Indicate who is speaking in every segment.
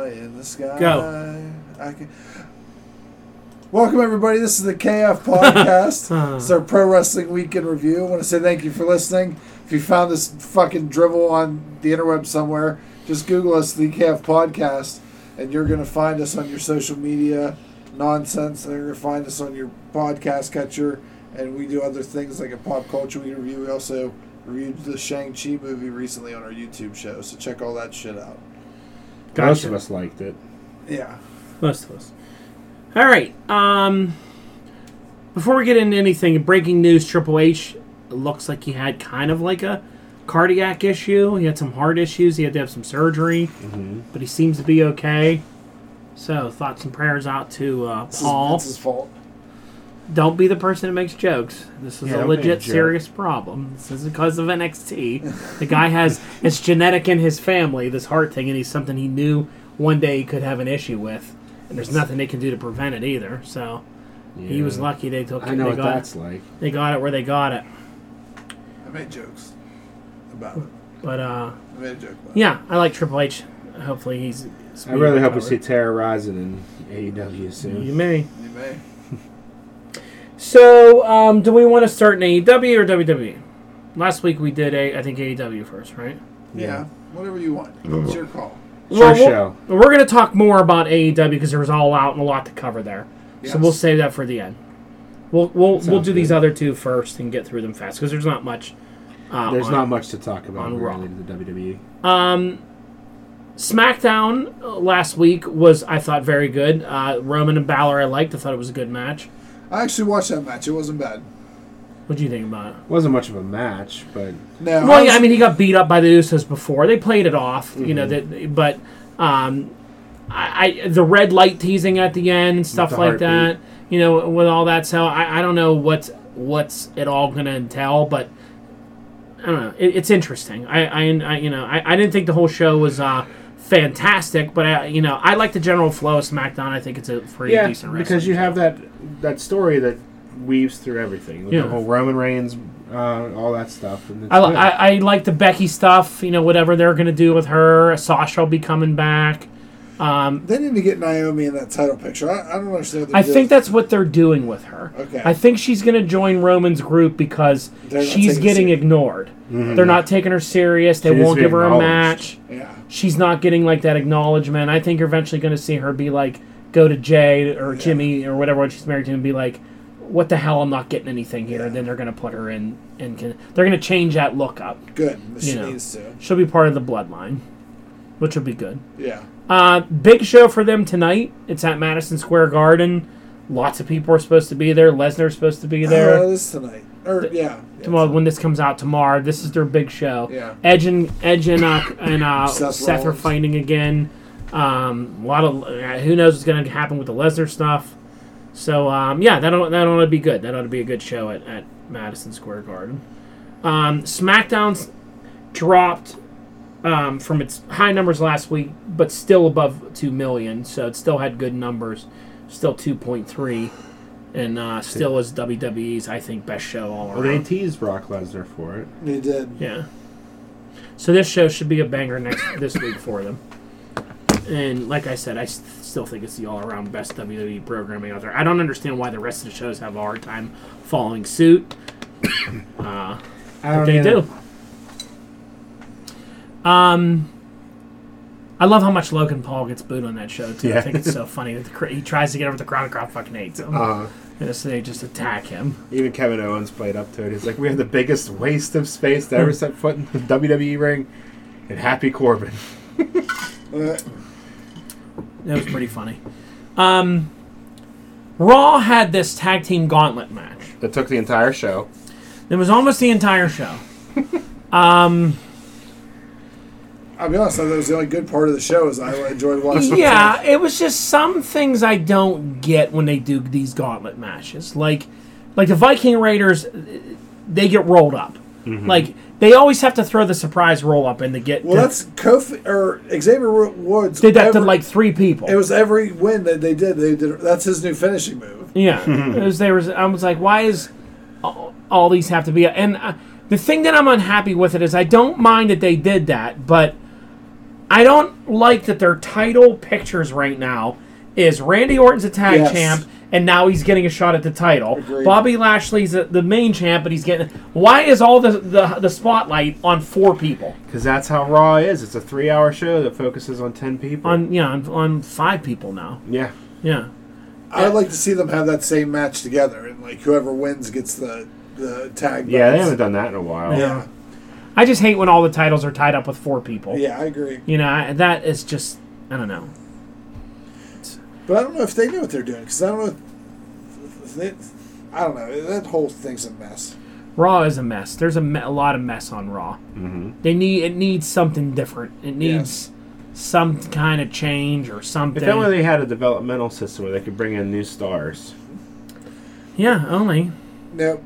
Speaker 1: the sky.
Speaker 2: Go.
Speaker 1: I can. Welcome everybody. This is the KF podcast. it's our pro wrestling week in review. I want to say thank you for listening. If you found this fucking drivel on the interweb somewhere, just Google us, the KF podcast, and you're gonna find us on your social media nonsense, and you're gonna find us on your podcast catcher. And we do other things like a pop culture we review. We also reviewed the Shang Chi movie recently on our YouTube show, so check all that shit out.
Speaker 2: Gotcha.
Speaker 3: Most of us liked it.
Speaker 1: Yeah.
Speaker 2: Most of us. All right. Um, before we get into anything, breaking news: Triple H looks like he had kind of like a cardiac issue. He had some heart issues. He had to have some surgery, but he seems to be okay. So thoughts and prayers out to uh,
Speaker 1: It's his-
Speaker 2: Paul.
Speaker 1: it's his fault.
Speaker 2: Don't be the person that makes jokes. This is
Speaker 3: Yeah,
Speaker 2: a
Speaker 3: don't be a
Speaker 2: legit
Speaker 3: jerk.
Speaker 2: serious problem. This is because of NXT. The guy has it's genetic in his family, this heart thing, and he's something he knew one day he could have an issue with. And there's nothing they can do to prevent it either. So he was
Speaker 3: Mm-hmm. Yeah.
Speaker 2: lucky they took
Speaker 3: I know
Speaker 2: they
Speaker 3: what
Speaker 2: got
Speaker 3: that's like.
Speaker 2: they got it where they got it.
Speaker 1: I made jokes about it.
Speaker 2: But uh
Speaker 1: I made a joke about it.
Speaker 2: yeah, I like Triple H. Hopefully he's
Speaker 3: I really hope we see Tara Rising in AEW
Speaker 2: you
Speaker 3: soon.
Speaker 2: may.
Speaker 1: You may.
Speaker 2: So, um, do we want to start in AEW or WWE? Last week we did a I think AEW first, right?
Speaker 1: Yeah. Whatever you want. It's your call.
Speaker 3: It's
Speaker 2: Well, we'll-
Speaker 3: your show.
Speaker 2: But we're going to talk more about AEW because there was all out and a lot to cover there.
Speaker 1: Yes.
Speaker 2: So we'll save that for the end. We'll we'll, we'll
Speaker 3: Sounds
Speaker 2: do these
Speaker 3: good.
Speaker 2: other two first and get through them fast because there's not much. Uh,
Speaker 3: There's
Speaker 2: on-
Speaker 3: not much to talk about
Speaker 2: on Raw.
Speaker 3: related to WWE.
Speaker 2: SmackDown uh, last week was I thought very good. Uh, Roman and Balor I liked. I thought it was a good match.
Speaker 1: I actually watched that match. It wasn't bad.
Speaker 2: What do you think about it?
Speaker 3: Wasn't much of a match, but
Speaker 1: No.
Speaker 2: Well, yeah,
Speaker 1: was-
Speaker 2: I mean, he got beat up by the Usos before. They played it off, you
Speaker 3: Mhm.
Speaker 2: know. That, but um, I, I the red light teasing at the end and stuff
Speaker 3: the
Speaker 2: like that.
Speaker 3: heartbeat.
Speaker 2: You know, with all that, so I, I don't know what's what's it all going to entail, but I don't know. It, it's interesting. I, I, I you know, I, I didn't think the whole show was uh, fantastic, but I, you know, I like the general flow of SmackDown. I think it's a pretty
Speaker 3: yeah,
Speaker 2: decent wrestling
Speaker 3: because you
Speaker 2: show.
Speaker 3: have that that story that weaves through everything. With
Speaker 2: Yeah.
Speaker 3: The whole Roman Reigns, uh, all that stuff. And it's
Speaker 2: I, li-
Speaker 3: good.
Speaker 2: I, I like the Becky stuff, you know, whatever they're going to do with her. Sasha will be coming back.
Speaker 1: they need to get Naomi in that title picture. I, I don't understand what they
Speaker 2: I
Speaker 1: did.
Speaker 2: think that's what they're doing with her.
Speaker 1: Okay.
Speaker 2: I think she's going to join Roman's group because
Speaker 1: They're not
Speaker 2: she's
Speaker 1: taking Mm-hmm. her
Speaker 2: getting
Speaker 1: serious.
Speaker 2: ignored. They're not taking her serious. They
Speaker 3: She needs
Speaker 2: won't
Speaker 3: to be
Speaker 2: give her a match.
Speaker 3: acknowledged.
Speaker 1: Yeah.
Speaker 2: She's not getting like that acknowledgement. I think you're eventually going to see her be like, go to Jay or Jimmy or whatever she's married to, and be like, "What the hell? I'm not getting anything here." And then they're going to put her in, and can, they're going to change that look up.
Speaker 1: Good. She
Speaker 2: You know.
Speaker 1: needs to.
Speaker 2: She'll be part of the bloodline, which will be good.
Speaker 1: Yeah.
Speaker 2: Uh, big show for them tonight. It's at Madison Square Garden. Lots of people are supposed to be there. Lesnar's supposed to be there.
Speaker 1: Oh, this tonight. Or, yeah. yeah.
Speaker 2: tomorrow, when this comes out tomorrow, this is their big show.
Speaker 1: Yeah.
Speaker 2: Edge and Edge and uh, and uh,
Speaker 1: Seth
Speaker 2: Seth, are
Speaker 1: Rollins.
Speaker 2: fighting again. Um, a lot of uh, who knows what's going to happen with the Lesnar stuff. So um, yeah, that ought, that ought to be good. That ought to be a good show at, at Madison Square Garden. Um, SmackDown's dropped um, from its high numbers last week, but still above two million. So it still had good numbers, still two point three, and uh, still is WWE's I think best show all around.
Speaker 3: Well, they teased Brock Lesnar for it.
Speaker 1: They did.
Speaker 2: Yeah. So this show should be a banger next this week for them. And like I said, I s- still think it's the all-around best WWE programming out there. I don't understand why the rest of the shows have a hard time following suit.
Speaker 3: I don't
Speaker 2: They
Speaker 3: either.
Speaker 2: do. Um, I love how much Logan Paul gets booed on that show too. I
Speaker 3: Yeah.
Speaker 2: think it's so funny that the, cr- he tries to get over the crowd, and crowd fucking hates him.
Speaker 3: Uh,
Speaker 2: And so they just attack him.
Speaker 3: even Kevin Owens played up to it. He's like, "We have the biggest waste of space to
Speaker 2: Hmm.
Speaker 3: ever set foot in the WWE ring." And Happy Corbin.
Speaker 1: Uh,
Speaker 2: That was pretty funny. Um, Raw had this tag team gauntlet match.
Speaker 3: That took the entire show.
Speaker 2: It was almost the entire show.
Speaker 1: I'll be honest. I thought that was the only good part of the show. Is I enjoyed watching.
Speaker 2: yeah, it was just some things I don't get when they do these gauntlet matches. Like, like the Viking Raiders, they get rolled up. Like they always have to throw the surprise roll up in to get.
Speaker 1: Mm-hmm. Well,
Speaker 2: the-
Speaker 1: that's Kofi or Xavier Woods.
Speaker 2: did that to
Speaker 1: every-
Speaker 2: like three people.
Speaker 1: It was every win that they did. They did. That's his new finishing move.
Speaker 2: Yeah, it was, there was. I was like, why is all, all these have to be? And uh, the thing that I'm unhappy with it is I don't mind that they did that, but I don't like that their title pictures right now is Randy Orton's a tag
Speaker 1: Yes.
Speaker 2: champ, and now he's getting a shot at the title.
Speaker 1: Agreed.
Speaker 2: Bobby Lashley's the- the main champ, but he's getting. Why is all the the, the spotlight on four people?
Speaker 3: Because that's how Raw is. It's a three-hour show that focuses on ten people.
Speaker 2: On yeah, on, on five people now.
Speaker 3: yeah,
Speaker 2: Yeah,
Speaker 1: I'd like to see them have that same match together, and like whoever wins gets the the tag.
Speaker 3: yeah, they haven't
Speaker 1: belts.
Speaker 3: done that in a while.
Speaker 1: Yeah,
Speaker 2: I just hate when all the titles are tied up with four people.
Speaker 1: yeah, I agree.
Speaker 2: You know I, that is just I don't know.
Speaker 1: But I don't know if they know what they're doing because I don't know. If they, I don't know. That whole thing's a mess.
Speaker 2: Raw is a mess. There's a, me- a lot of mess on Raw. Mm-hmm. They need it needs something different. It needs some kind of change or something.
Speaker 3: If only they had a developmental system where they could bring in new stars.
Speaker 2: yeah, only.
Speaker 1: Nope.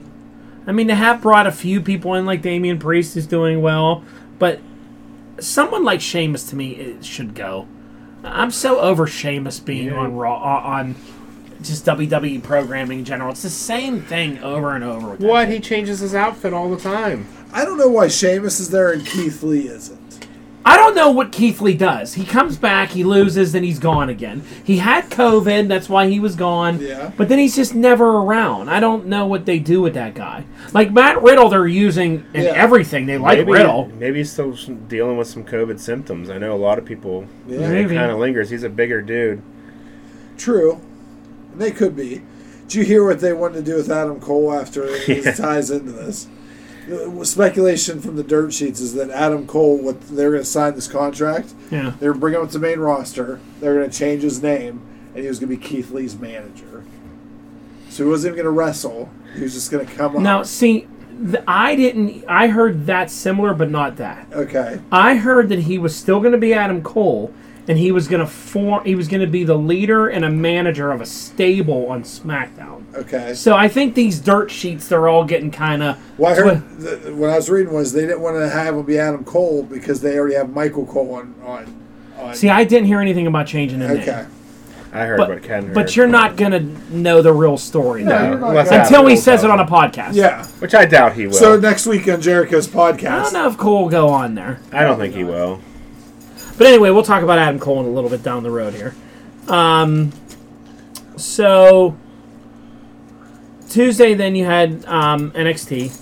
Speaker 2: I mean, they have brought a few people in, like Damian Priest is doing well, but someone like Sheamus to me it should go. I'm so over Sheamus being
Speaker 3: Yeah.
Speaker 2: on Raw on- on just WWE programming in general. It's the same thing over and over. With that.
Speaker 3: What? He changes his outfit all the time.
Speaker 1: I don't know why Sheamus is there and Keith Lee isn't.
Speaker 2: I don't know what Keith Lee does. He comes back, he loses, then he's gone again. He had COVID, that's why he was gone.
Speaker 1: Yeah.
Speaker 2: But then he's just never around. I don't know what they do with that guy. Like Matt Riddle, they're using in
Speaker 1: Yeah.
Speaker 2: everything. They like
Speaker 3: maybe,
Speaker 2: Riddle.
Speaker 3: Maybe he's still s- dealing with some COVID symptoms. I know a lot of people.
Speaker 1: Yeah.
Speaker 3: It
Speaker 2: Maybe.
Speaker 3: kind of lingers. He's a bigger dude.
Speaker 1: True. And they could be. Did you hear what they wanted to do with Adam Cole after
Speaker 3: Yeah.
Speaker 1: it ties into this? Uh, Speculation from the dirt sheets is that Adam Cole, what they're going to sign this contract,
Speaker 2: Yeah.
Speaker 1: they're going to bring him up to the main roster, they're going to change his name, and he was going to be Keith Lee's manager. So he wasn't even going to wrestle. He was just going to come up.
Speaker 2: Now, see, th- I didn't. I heard that similar, but not that.
Speaker 1: Okay.
Speaker 2: I heard that he was still going to be Adam Cole, and he was going to form. He was going to be the leader and a manager of a stable on SmackDown.
Speaker 1: Okay.
Speaker 2: So I think these dirt sheets, they're all getting kind of.
Speaker 1: Well, I heard the, what I was reading was they didn't want to have him be Adam Cole because they already have Michael Cole on. on, on
Speaker 2: See, I didn't hear anything about changing the
Speaker 1: okay.
Speaker 2: name.
Speaker 3: I heard
Speaker 2: But,
Speaker 3: what Ken heard.
Speaker 2: but you're not going to know the real story,
Speaker 3: No,
Speaker 1: you're
Speaker 2: though.
Speaker 1: not
Speaker 3: unless
Speaker 1: gonna-
Speaker 3: Adam
Speaker 2: Until he
Speaker 3: Cole
Speaker 2: says it on
Speaker 3: tells
Speaker 2: a
Speaker 3: him.
Speaker 2: podcast.
Speaker 1: Yeah.
Speaker 3: Which I doubt he will.
Speaker 1: So next week on Jericho's
Speaker 2: I
Speaker 1: podcast.
Speaker 2: don't know if Cole will go on there.
Speaker 3: I don't think he will.
Speaker 2: But anyway, we'll talk about Adam Cole in a little bit down the road here. Um, so Tuesday, then you had um, NXT.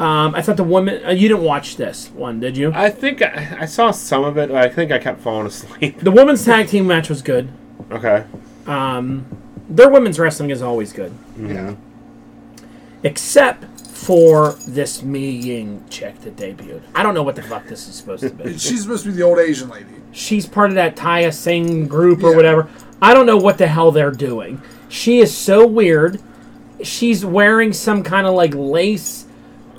Speaker 2: Um, I thought the woman. Uh, you didn't watch this one, did you?
Speaker 3: I think I, I saw some of it. but I think I kept falling asleep.
Speaker 2: The women's tag team match was good.
Speaker 3: Okay.
Speaker 2: Um, their women's wrestling is always good,
Speaker 1: Yeah.
Speaker 2: except for this Mi Ying chick that debuted. I don't know what the fuck this is supposed to be.
Speaker 1: She's supposed to be the old Asian lady.
Speaker 2: she's part of that Taya Singh group or
Speaker 1: Yeah.
Speaker 2: whatever. I don't know what the hell they're doing. She is so weird. She's wearing some kind of like lace,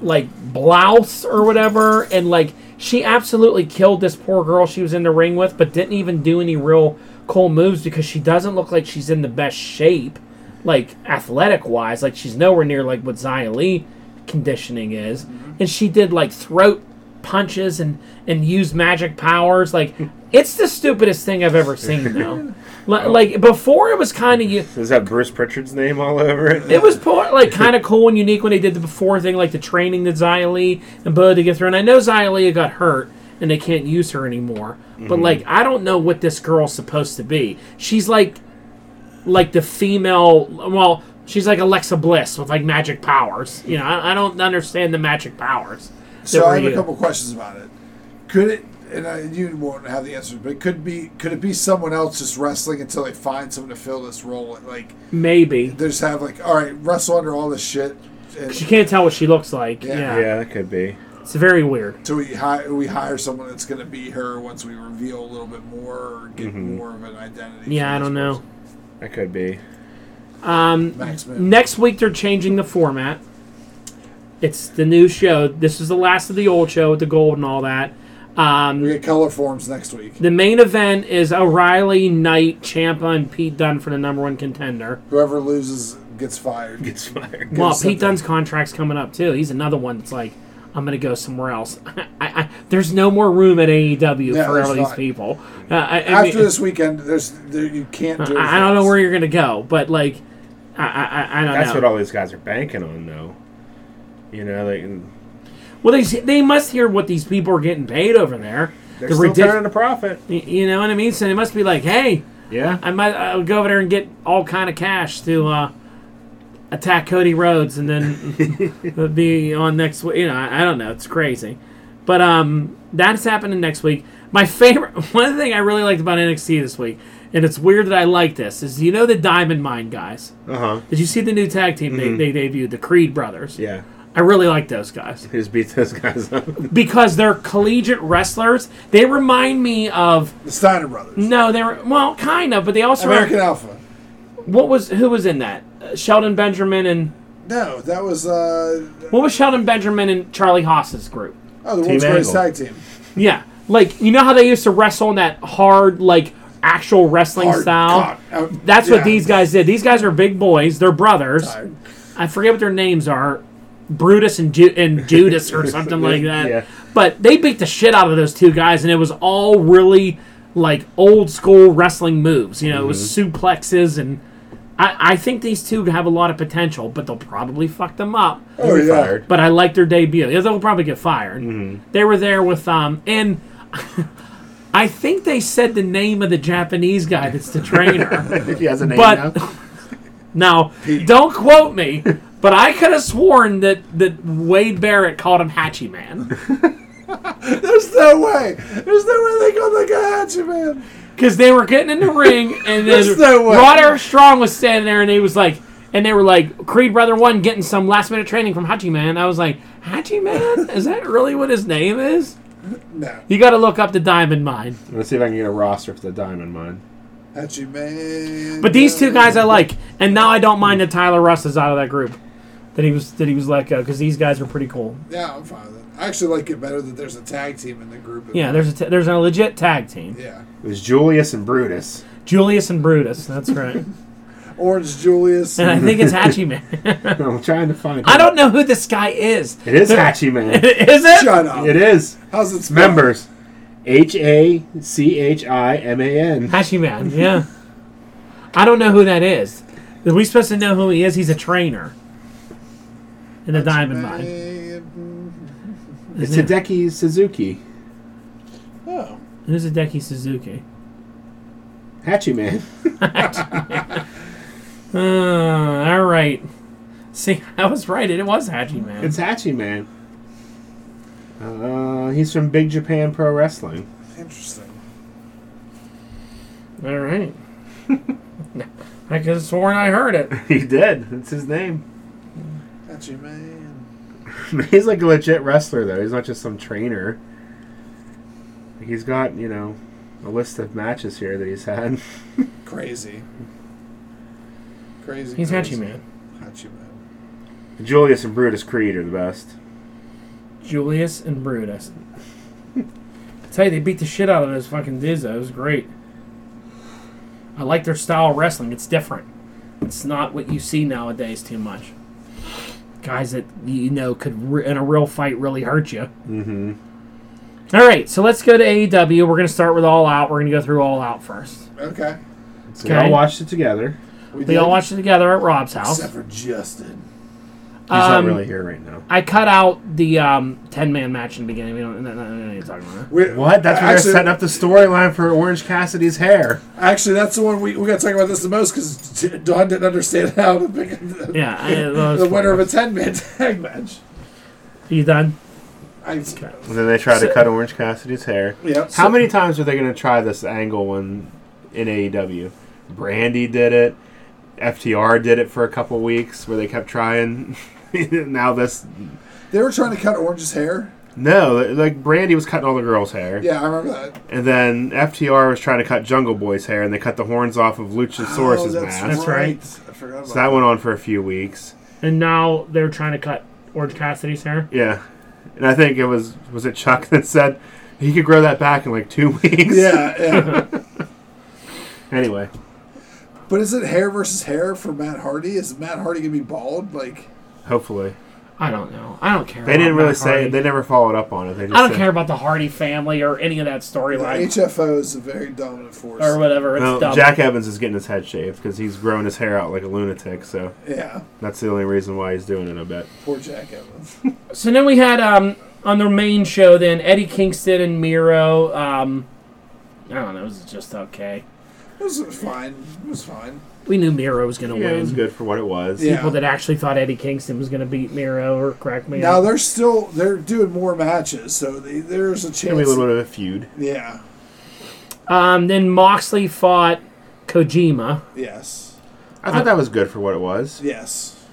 Speaker 2: like blouse or whatever, and like she absolutely killed this poor girl she was in the ring with, but didn't even do any real cool moves because she doesn't look like she's in the best shape, like athletic wise. Like she's nowhere near like what Zia Lee conditioning is, and she did like throat punches and and use magic powers. Like it's the stupidest thing I've ever seen. Now, Li- like before, it was kind of you.
Speaker 3: Is that Bruce Pritchard's name all over it?
Speaker 2: It was po- like kind of cool and unique when they did the before thing, like the training that Xia Li and Bo to get through. And I know Xia Li got hurt and they can't use her anymore. But like, I don't know what this girl's supposed to be. She's like, like the female. Well, she's like Alexa Bliss with like magic powers. You know, I, I don't understand the magic powers. that
Speaker 1: So I
Speaker 2: were
Speaker 1: have a
Speaker 2: used.
Speaker 1: couple questions about it. Could it? And I, you won't have the answers, but it could be could it be someone else just wrestling until they find someone to fill this role? Like
Speaker 2: Maybe
Speaker 1: they just have like, all right, wrestle under all this shit, and
Speaker 2: She can't tell what she looks like. Yeah.
Speaker 1: Yeah.
Speaker 3: yeah, that could be.
Speaker 2: It's very weird.
Speaker 1: so we hire we hire someone that's going to be her once we reveal a little bit more or get
Speaker 3: Mm-hmm.
Speaker 1: more of an identity.
Speaker 2: Yeah,
Speaker 1: for
Speaker 2: I
Speaker 1: this
Speaker 2: don't know.
Speaker 3: That could be.
Speaker 1: person. Max Moon.
Speaker 2: Next week they're changing the format. It's the new show. This is the last of the old show with the gold and all that. Um,
Speaker 1: we get color forms next week.
Speaker 2: the main event is O'Reilly, Knight, Champa, and Pete Dunne for the number one contender.
Speaker 1: Whoever loses gets fired.
Speaker 3: Gets fired.
Speaker 2: Well,
Speaker 1: something.
Speaker 2: Pete Dunne's contract's coming up too. He's another one that's like, I'm gonna go somewhere else. I, I, there's no more room at AEW
Speaker 1: Yeah,
Speaker 2: for all
Speaker 1: there's
Speaker 2: these
Speaker 1: not.
Speaker 2: people. Uh, I, I
Speaker 1: After
Speaker 2: mean-
Speaker 1: this weekend, there's there, you can't do.
Speaker 2: I, I don't know where you're gonna go, but like, I I, I, I don't
Speaker 3: That's
Speaker 2: know.
Speaker 3: what all these guys are banking on, though. You know, like,
Speaker 2: well, they s- they must hear what these people are getting paid over there,
Speaker 3: They're
Speaker 2: the
Speaker 3: still
Speaker 2: ridic-
Speaker 3: turning a profit.
Speaker 2: y- you know what I mean? So they must be like, hey,
Speaker 3: Yeah.
Speaker 2: I might I'll go over there and get all kind of cash to uh, attack Cody Rhodes and then be on next week. You know, I, I don't know. It's crazy, but um, that's happening next week. My favorite one thing I really liked about NXT this week, and it's weird that I like this, is you know the Diamond Mine guys.
Speaker 3: Uh huh.
Speaker 2: Did you see the new tag team they, they debuted, the Creed brothers?
Speaker 3: Yeah.
Speaker 2: I really like those guys
Speaker 3: He just beats those guys up.
Speaker 2: because they're collegiate wrestlers. They remind me of
Speaker 1: The Steiner brothers.
Speaker 2: no, they were well, kind of, but they also
Speaker 1: American Alpha.
Speaker 2: What was who was in that? Uh, Sheldon Benjamin and
Speaker 1: No, that was uh,
Speaker 2: what was Sheldon Benjamin and Charlie Haas's group?
Speaker 1: oh, the world's
Speaker 3: Angle.
Speaker 1: greatest tag team.
Speaker 2: Yeah, like you know how they used to wrestle in that hard, like actual wrestling
Speaker 1: Hard
Speaker 2: style.
Speaker 1: cock. Oh,
Speaker 2: That's
Speaker 1: yeah.
Speaker 2: what these guys did. These guys are big boys. They're brothers.
Speaker 1: Tired.
Speaker 2: I forget what their names are, Brutus and, Ju- and Judas or something like that.
Speaker 3: Yeah.
Speaker 2: But they beat the shit out of those two guys, and it was all really like old school wrestling moves. You know, it was suplexes, and I, I think these two have a lot of potential, but they'll probably fuck them up.
Speaker 1: Oh
Speaker 3: Be
Speaker 1: yeah.
Speaker 3: fired.
Speaker 2: But I like their debut. Yeah, they'll probably get fired. They were there with um and. I think they said the name of the Japanese guy that's the trainer.
Speaker 3: If he has a name
Speaker 2: But-
Speaker 3: now.
Speaker 2: Now, don't quote me, but I could have sworn that, that Wade Barrett called him Hatchie Man.
Speaker 1: There's no way. There's no way they called like a hatchet man.
Speaker 2: Because they were getting in the ring, and
Speaker 1: There's
Speaker 2: then
Speaker 1: no way.
Speaker 2: Rod Eric Strong was standing there, and he was like, and they were like, Creed Brother 1 getting some last minute training from Hachi Man. I was like, Hachi Man? Is that really what his name is?
Speaker 1: No,
Speaker 2: You got to look up the Diamond Mine.
Speaker 3: Let's see if I can get a roster for the Diamond Mine.
Speaker 1: hatchet man.
Speaker 2: But these two guys I like, and now I don't mind that Tyler Russ is out of that group. That he was that he was let go because these guys are pretty cool.
Speaker 1: Yeah, I'm fine with it. I actually like it better that there's a tag team in the group.
Speaker 2: Yeah, there's a t- there's a legit tag team.
Speaker 1: Yeah.
Speaker 3: It was Julius and Brutus.
Speaker 2: Julius and Brutus. That's right.
Speaker 1: Orange Julius.
Speaker 2: and I think it's Hatchie Man.
Speaker 3: I'm trying to find.
Speaker 2: I don't know who this guy is.
Speaker 3: It is Hatchie Man.
Speaker 2: is it?
Speaker 1: Shut up.
Speaker 3: it is.
Speaker 1: How's it spelled?
Speaker 3: Members. H A C H I M A N.
Speaker 2: Hatchie Man. Yeah. I don't know who that is. Are we supposed to know who he is? He's a trainer in the diamond mine.
Speaker 1: Man.
Speaker 3: It's Hideki Suzuki.
Speaker 1: Oh.
Speaker 2: Who's Hideki Suzuki?
Speaker 3: Hatchie Man.
Speaker 2: Uh, all right. See, I was right. It was Hatchie Man.
Speaker 3: It's Hatchie Man. Uh, he's from Big Japan Pro Wrestling.
Speaker 1: Interesting.
Speaker 2: all right. I could have sworn I heard it.
Speaker 3: He did. That's his name.
Speaker 1: Hatchet man.
Speaker 3: he's like a legit wrestler, though. He's not just some trainer. He's got, you know, a list of matches here that he's had.
Speaker 1: Crazy. Crazy.
Speaker 2: He's
Speaker 1: crazy.
Speaker 2: Hatchie Man.
Speaker 1: Hatchet man.
Speaker 3: Julius and Brutus Creed are the best.
Speaker 2: Julius and Brutus. I tell you, they beat the shit out of those fucking dudes. It was great. I like their style of wrestling. It's different. It's not what you see nowadays too much. Guys that you know could re- in a real fight really hurt you. Mm-hmm. right, so let's go to AEW. We're gonna start with All Out. We're gonna go through All Out first.
Speaker 1: Okay.
Speaker 3: So we all
Speaker 2: Okay.
Speaker 3: watched it together.
Speaker 1: We
Speaker 2: We all watched it together at Rob's house.
Speaker 1: Except for Justin.
Speaker 3: He's not
Speaker 2: Um,
Speaker 3: really here right now.
Speaker 2: I cut out the um, ten man match in the beginning. We don't, no, no, no, no, you're talking about. that.
Speaker 1: we
Speaker 3: What? That's where
Speaker 1: actually,
Speaker 3: they're setting up the storyline for Orange Cassidy's hair.
Speaker 1: Actually, that's the one we we got to talk about this the most because Don didn't understand how to pick the,
Speaker 2: Yeah, I, that was
Speaker 1: the winner of
Speaker 2: fun.
Speaker 1: a ten man tag match.
Speaker 2: Are you done?
Speaker 1: I,
Speaker 3: And then they try to
Speaker 2: So-
Speaker 3: cut Orange Cassidy's hair.
Speaker 1: yeah.
Speaker 3: How many times are they going to try this angle when in AEW? Brandy did it. FTR did it for a couple weeks where they kept trying. now this.
Speaker 1: They were trying to cut Orange's hair.
Speaker 3: No, like Brandy was cutting all the girls' hair.
Speaker 1: Yeah, I remember that.
Speaker 3: And then FTR was trying to cut Jungle Boy's hair and they cut the horns off of Luchasaurus's mask.
Speaker 2: That's right.
Speaker 1: Oh, I forgot about
Speaker 3: So that went on for a few weeks.
Speaker 2: And now they're trying to cut Orange Cassidy's hair.
Speaker 3: Yeah. And I think it was was it Chuck that said he could grow that back in like two weeks.
Speaker 1: Yeah, yeah.
Speaker 3: Anyway.
Speaker 1: but is it hair versus hair for Matt Hardy? Is Matt Hardy gonna be bald? Like,
Speaker 3: Hopefully.
Speaker 2: I don't know. I don't care.
Speaker 3: They
Speaker 2: about
Speaker 3: didn't really
Speaker 2: Matt
Speaker 3: say
Speaker 2: Hardy.
Speaker 3: it. They never followed up on it. They just
Speaker 2: I don't
Speaker 3: said-
Speaker 2: care about the Hardy family or any of that
Speaker 1: the
Speaker 2: storyline
Speaker 1: HFO is a very dominant force.
Speaker 2: or whatever. It's
Speaker 3: Well,
Speaker 2: dumb.
Speaker 3: Jack Evans is getting his head shaved because he's growing his hair out like a lunatic. So
Speaker 1: yeah,
Speaker 3: that's the only reason why he's doing it. I bet.
Speaker 1: poor Jack Evans.
Speaker 2: so then we had um, on their main show, then Eddie Kingston and Miro. Um, I don't know. It was just okay.
Speaker 1: It was fine. It was fine.
Speaker 2: We knew Miro was going to
Speaker 3: Yeah,
Speaker 2: win.
Speaker 3: it was good for what it was.
Speaker 1: Yeah.
Speaker 2: People that actually thought Eddie Kingston was going to beat Miro or crack me.
Speaker 1: Now
Speaker 2: up.
Speaker 1: they're still they're doing more matches, so they, there's a
Speaker 3: Give me a
Speaker 1: chance.
Speaker 3: little bit of a feud.
Speaker 1: yeah.
Speaker 2: Um, then Moxley fought Kojima.
Speaker 1: Yes.
Speaker 3: I thought that was good for what it was.
Speaker 1: Yes.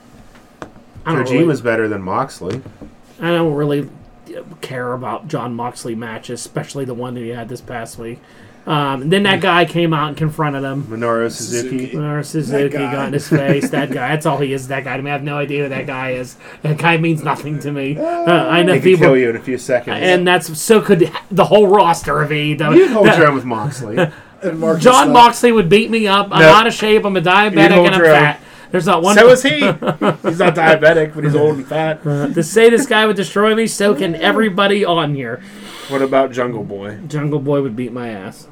Speaker 2: I don't, really,
Speaker 3: Kojima's better than Moxley.
Speaker 2: I don't really care about John Moxley matches, especially the one that he had this past week. Um, and then that guy came out and confronted him.
Speaker 3: Minoru Suzuki.
Speaker 1: Suzuki.
Speaker 2: Or Suzuki
Speaker 1: guy.
Speaker 2: got in his face. That guy. That's all he is. That guy. I mean, I have no idea who that guy is. That guy means nothing to me. Uh, I know
Speaker 3: He could kill
Speaker 2: people.
Speaker 3: you in a few seconds.
Speaker 2: And that's so could the whole roster of AEW.
Speaker 3: you can hold your own with Moxley.
Speaker 1: And Marcus
Speaker 2: John
Speaker 1: Stunt.
Speaker 2: Moxley would beat me up. I'm
Speaker 3: No.
Speaker 2: out of shape. I'm a diabetic
Speaker 3: hold
Speaker 2: and I'm
Speaker 3: your own.
Speaker 2: fat. There's not one.
Speaker 3: so is he. He's not diabetic, but he's old and fat.
Speaker 2: to say this guy would destroy me, so can everybody on here.
Speaker 3: What about Jungle Boy?
Speaker 2: Jungle Boy would beat my ass.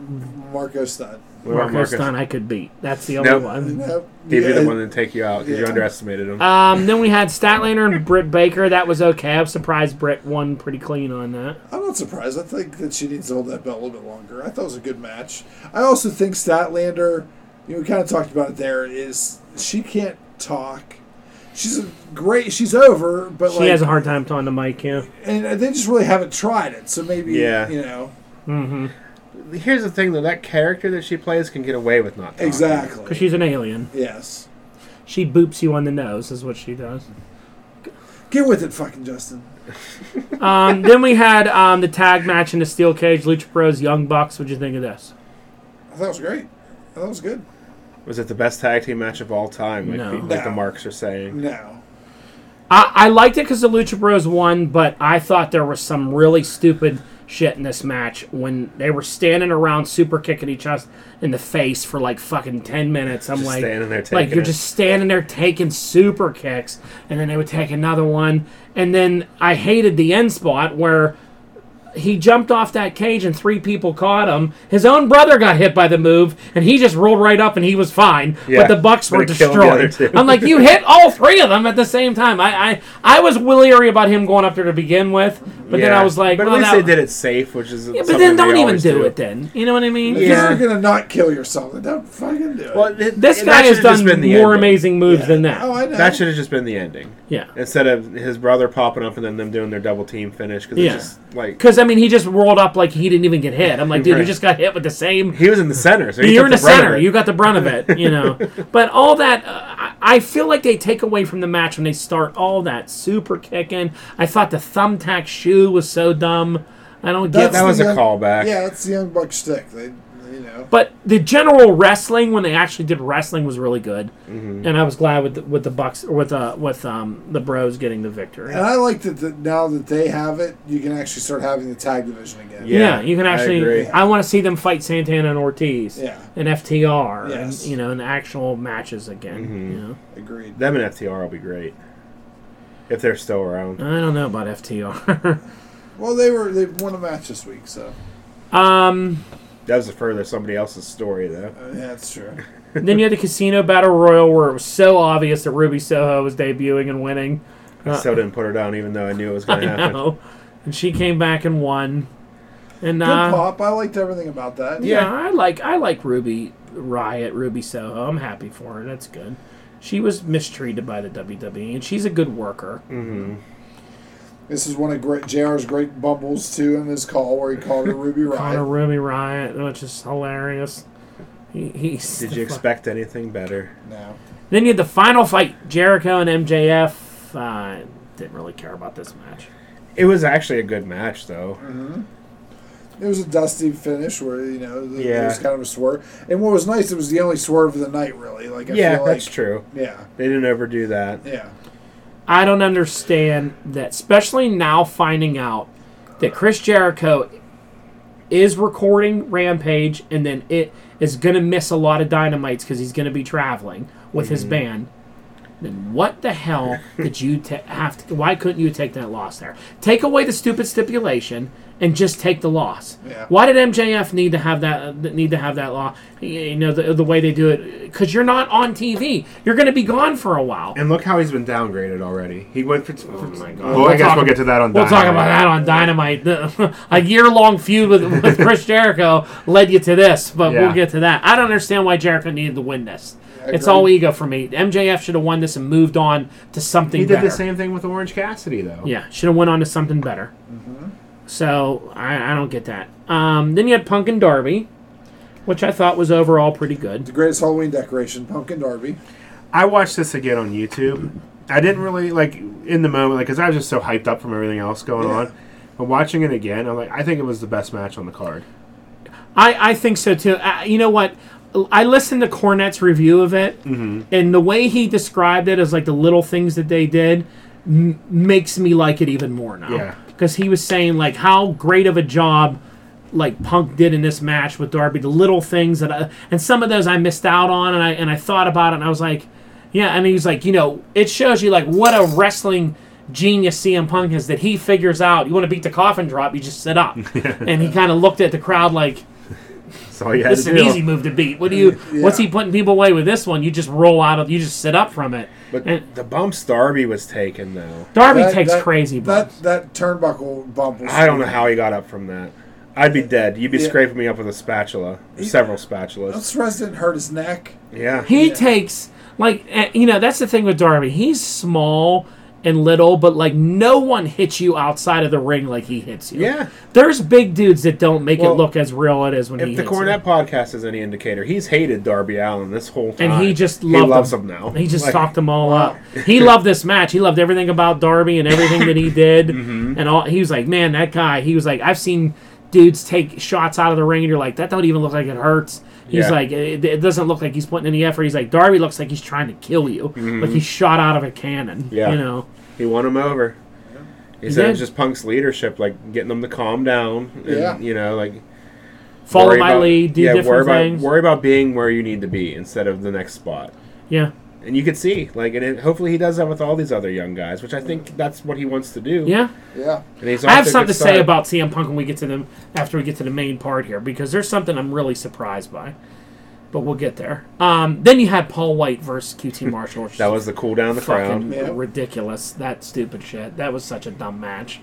Speaker 1: Marco Stunt.
Speaker 3: What about
Speaker 2: Marco
Speaker 3: Marcus?
Speaker 2: Stunt I could beat. That's the only
Speaker 3: Nope.
Speaker 2: one.
Speaker 1: Nope.
Speaker 3: He'd be
Speaker 1: Yeah,
Speaker 3: the one to take you out because you
Speaker 1: Yeah.
Speaker 3: underestimated him.
Speaker 2: Um, then we had Statlander and Britt Baker. That was okay. I'm surprised Britt won pretty clean on that.
Speaker 1: I'm not surprised. I think that she needs to hold that belt a little bit longer. I thought it was a good match. I also think Statlander, you know, we kind of talked about it there, is she can't talk. She's a great. She's over, but
Speaker 2: She
Speaker 1: like,
Speaker 2: has a hard time on the mic, yeah.
Speaker 1: and they just really haven't tried it. So maybe,
Speaker 3: Yeah.
Speaker 1: you know,
Speaker 2: Mm-hmm.
Speaker 3: Here's the thing, though. That character that she plays can get away with not talking.
Speaker 1: exactly.
Speaker 2: Because she's an alien.
Speaker 1: yes.
Speaker 2: She boops you on the nose, is what she does.
Speaker 1: Get with it, fucking Justin.
Speaker 2: Um, then we had um, the tag match in the steel cage, Lucha Bros, Young Bucks. What'd you think of this?
Speaker 1: I thought it was great. I thought it was good.
Speaker 3: Was it the best tag team match of all time? Like,
Speaker 2: No.
Speaker 3: the, like the
Speaker 1: No.
Speaker 3: marks are saying.
Speaker 1: No.
Speaker 2: I, I liked it because the Lucha Bros won, but I thought there was some really stupid shit in this match when they were standing around super kicking each other in the face for like fucking 10 minutes. I'm
Speaker 3: Just
Speaker 2: like,
Speaker 3: standing there
Speaker 2: like
Speaker 3: taking
Speaker 2: you're
Speaker 3: it.
Speaker 2: just standing there taking super kicks, and then they would take another one. And then I hated the end spot where he jumped off that cage and three people caught him. His own brother got hit by the move, and he just rolled right up and he was fine.
Speaker 3: Yeah,
Speaker 2: but the Bucks
Speaker 3: but
Speaker 2: were
Speaker 3: it killed the other
Speaker 2: destroyed.
Speaker 3: two.
Speaker 2: I'm like, you hit all three of them at the same time. I I, I was leery about him going up there to begin with, but then I
Speaker 3: Yeah.
Speaker 2: was like,
Speaker 3: but
Speaker 2: well,
Speaker 3: at least
Speaker 2: that-
Speaker 3: they did it safe, which is.
Speaker 2: Yeah, but then don't even do, it. Then you know what I mean?
Speaker 1: If
Speaker 3: Yeah.
Speaker 1: you're gonna not kill yourself, then don't fucking do it.
Speaker 3: Well, th-
Speaker 2: This
Speaker 3: that
Speaker 2: guy has
Speaker 3: should've just
Speaker 2: done
Speaker 3: been the
Speaker 2: more
Speaker 3: ending.
Speaker 2: amazing moves than that.
Speaker 1: oh, I know.
Speaker 3: That should have just been the ending
Speaker 2: yeah.
Speaker 3: instead of his brother popping up and then them doing their double team finish because
Speaker 2: Yeah.
Speaker 3: it's just like
Speaker 2: Because I mean, he just rolled up like he didn't even get hit. I'm like, dude, you
Speaker 3: Right.
Speaker 2: just got hit with the same
Speaker 3: he was in the center. So he
Speaker 2: you're
Speaker 3: took
Speaker 2: in the,
Speaker 3: brunt of
Speaker 2: center.
Speaker 3: it.
Speaker 2: You got the brunt of it, you know. but all that, uh, I- I feel like they take away from the match when they start all that super kicking. I thought the thumbtack shoe was so dumb. I don't
Speaker 1: That's
Speaker 2: get
Speaker 3: that
Speaker 1: the
Speaker 2: that.
Speaker 3: was a
Speaker 1: young-
Speaker 3: callback.
Speaker 1: Yeah, that's the young buck stick. They, you know.
Speaker 2: But the general wrestling when they actually did wrestling was really good,
Speaker 3: Mm-hmm.
Speaker 2: and I was glad with the, with the bucks or with uh with um the bros getting the victory.
Speaker 1: And I like that the, now that they have it, you can actually start having the tag division again.
Speaker 3: Yeah.
Speaker 2: yeah, you can
Speaker 3: I
Speaker 2: actually.
Speaker 3: agree.
Speaker 2: I, want to see them fight Santana and Ortiz,
Speaker 1: Yeah.
Speaker 2: and FTR,
Speaker 1: Yes.
Speaker 2: and you know, and actual matches again.
Speaker 3: Mm-hmm.
Speaker 2: You know,
Speaker 1: Agreed.
Speaker 3: Them and FTR will be great if they're still around.
Speaker 2: I don't know about FTR.
Speaker 1: Well, they were they won a match this week, so
Speaker 2: um.
Speaker 3: That was further somebody else's story though.
Speaker 1: uh, yeah, that's true.
Speaker 2: then you had the casino battle royal where it was so obvious that Ruby Soho was debuting and winning.
Speaker 3: I still didn't put her down even though I knew it was going
Speaker 2: Uh. I
Speaker 3: to happen.
Speaker 2: know, and she came back and won. And
Speaker 1: Good
Speaker 2: uh,
Speaker 1: pop. I liked everything about that.
Speaker 2: yeah, I like I like Ruby Riot, Ruby Soho. I'm happy for her. That's good. She was mistreated by the WWE, and she's a good worker.
Speaker 1: This is one of great JR's great bumbles too in his call where he called her Ruby
Speaker 2: Connor
Speaker 1: Riot.
Speaker 2: Ruby Riot, which is hilarious. He, he's
Speaker 3: Did
Speaker 2: the
Speaker 3: you
Speaker 2: fu-
Speaker 3: expect anything better?
Speaker 1: No.
Speaker 2: Then you had the final fight: Jericho and MJF. Uh, didn't really care about this match.
Speaker 3: It was actually a good match though.
Speaker 1: It was a dusty finish where you know the,
Speaker 3: Yeah.
Speaker 1: it was kind of a swerve. And what was nice, it was the only swerve of the night, really. Like I
Speaker 3: yeah,
Speaker 1: feel
Speaker 3: that's
Speaker 1: like,
Speaker 3: true.
Speaker 1: Yeah,
Speaker 3: They didn't overdo that.
Speaker 1: yeah.
Speaker 2: I don't understand that, especially now finding out that Chris Jericho is recording Rampage and then it is going to miss a lot of dynamites because he's going to be traveling with his band. Then what the hell did you ta have to? Why couldn't you take that loss there? Take away the stupid stipulation and just take the loss.
Speaker 1: Yeah.
Speaker 2: Why did MJF need to have that uh, need to have that law? You know the, the way they do it because you're not on TV. You're going to be gone for a while.
Speaker 3: And look how he's been downgraded already. He went for. for
Speaker 2: Oh my God.
Speaker 3: Oh Well,
Speaker 2: We'll
Speaker 3: I guess
Speaker 2: talk-
Speaker 3: we'll get to that on.
Speaker 2: We'll talk about
Speaker 3: Dynamite.
Speaker 2: that on Dynamite. The- a year long feud with, with Chris Jericho led you to this, but
Speaker 3: Yeah.
Speaker 2: we'll get to that. I don't understand why Jericho needed to win this.
Speaker 1: I
Speaker 2: it's
Speaker 1: agree.
Speaker 2: all ego for me. MJF should have won this and moved on to something
Speaker 3: He did
Speaker 2: better.
Speaker 3: the same thing with Orange Cassidy though.
Speaker 2: Yeah, should have went on to something better.
Speaker 3: Mm-hmm.
Speaker 2: So I, I don't get that. Um, then you had Punk and Darby, which I thought was overall pretty good.
Speaker 1: The greatest Halloween decoration, Pumpkin Derby.
Speaker 3: I watched this again on YouTube. I didn't really like in the moment, like because I was just so hyped up from everything else going
Speaker 1: Yeah.
Speaker 3: on. But watching it again, I'm like, I think it was the best match on the card.
Speaker 2: I, I think so too. Uh, you know what? I listened to Cornette's review of it, and the way he described it as like the little things that they did m- makes me like it even more now.
Speaker 3: Yeah.
Speaker 2: Because he was saying like how great of a job like Punk did in this match with Darby, the little things that I, and some of those I missed out on, and I and I thought about it, and I was like, yeah, and he's like, you know, it shows you like what a wrestling genius CM Punk is that he figures out you want to beat the coffin drop, you just sit up, and he kind of looked at the crowd like
Speaker 3: So yeah,
Speaker 2: this is an easy move to beat. What do you? What's he putting people away with this one? You just roll out of. You just sit up from it.
Speaker 3: But
Speaker 2: and
Speaker 3: the bumps Darby was taken though.
Speaker 2: Darby
Speaker 1: That-
Speaker 2: takes
Speaker 1: that-
Speaker 2: crazy
Speaker 1: That
Speaker 2: bumps.
Speaker 1: that turnbuckle bump. Was
Speaker 3: I don't know how he got up from that. I'd be dead. You'd be
Speaker 1: Yeah.
Speaker 3: scraping me up with a spatula, several spatulas.
Speaker 1: I'm surprised it didn't hurt his neck.
Speaker 3: Yeah,
Speaker 2: he takes like eh, you know that's the thing with Darby. He's small and little, but like no one hits you outside of the ring like he hits you.
Speaker 3: Yeah.
Speaker 2: there's big dudes that don't make
Speaker 3: Well,
Speaker 2: it look as real it is when he
Speaker 3: If the
Speaker 2: hits you.
Speaker 3: Cornette podcast is any indicator, he's hated Darby Allen this whole time,
Speaker 2: And he just
Speaker 3: he
Speaker 2: loved
Speaker 3: loves
Speaker 2: him.
Speaker 3: him now.
Speaker 2: He just
Speaker 3: Like,
Speaker 2: talked them all up. He loved this match. He loved everything about Darby and everything that he did.
Speaker 3: Mm-hmm.
Speaker 2: And all he was like, man, that guy. He was like, I've seen dudes take shots out of the ring, and you're like, that don't even look like it hurts. He's
Speaker 3: Yeah.
Speaker 2: like, it, it doesn't look like he's putting any effort. He's like, Darby looks like he's trying to kill you, like he's shot out of a cannon.
Speaker 3: Mm-hmm. Yeah.
Speaker 2: you know.
Speaker 3: He won him over. He
Speaker 2: He
Speaker 3: said it was
Speaker 2: did.
Speaker 3: just Punk's leadership, like getting them to calm down. And,
Speaker 1: Yeah.
Speaker 3: You know, like
Speaker 2: Follow
Speaker 3: worry
Speaker 2: my
Speaker 3: about-
Speaker 2: lead, do different
Speaker 3: worry
Speaker 2: things.
Speaker 3: About, worry about being where you need to be instead of the next spot.
Speaker 2: Yeah,
Speaker 3: And you could see, like, and it, hopefully he does that with all these other young guys, which I think that's what he wants to do.
Speaker 2: yeah.
Speaker 1: Yeah.
Speaker 3: And he's
Speaker 2: I
Speaker 3: off
Speaker 2: have
Speaker 3: to a
Speaker 2: something to
Speaker 3: good
Speaker 2: say
Speaker 3: start.
Speaker 2: about CM Punk when we get to them after we get to the main part here because there's something I'm really surprised by, but we'll get there. Um, then you had Paul White versus QT Marshall. which
Speaker 3: that
Speaker 2: is
Speaker 3: was the cool down the
Speaker 2: fucking
Speaker 3: crowd.
Speaker 1: Yeah.
Speaker 2: ridiculous. That stupid shit. That was such a dumb match.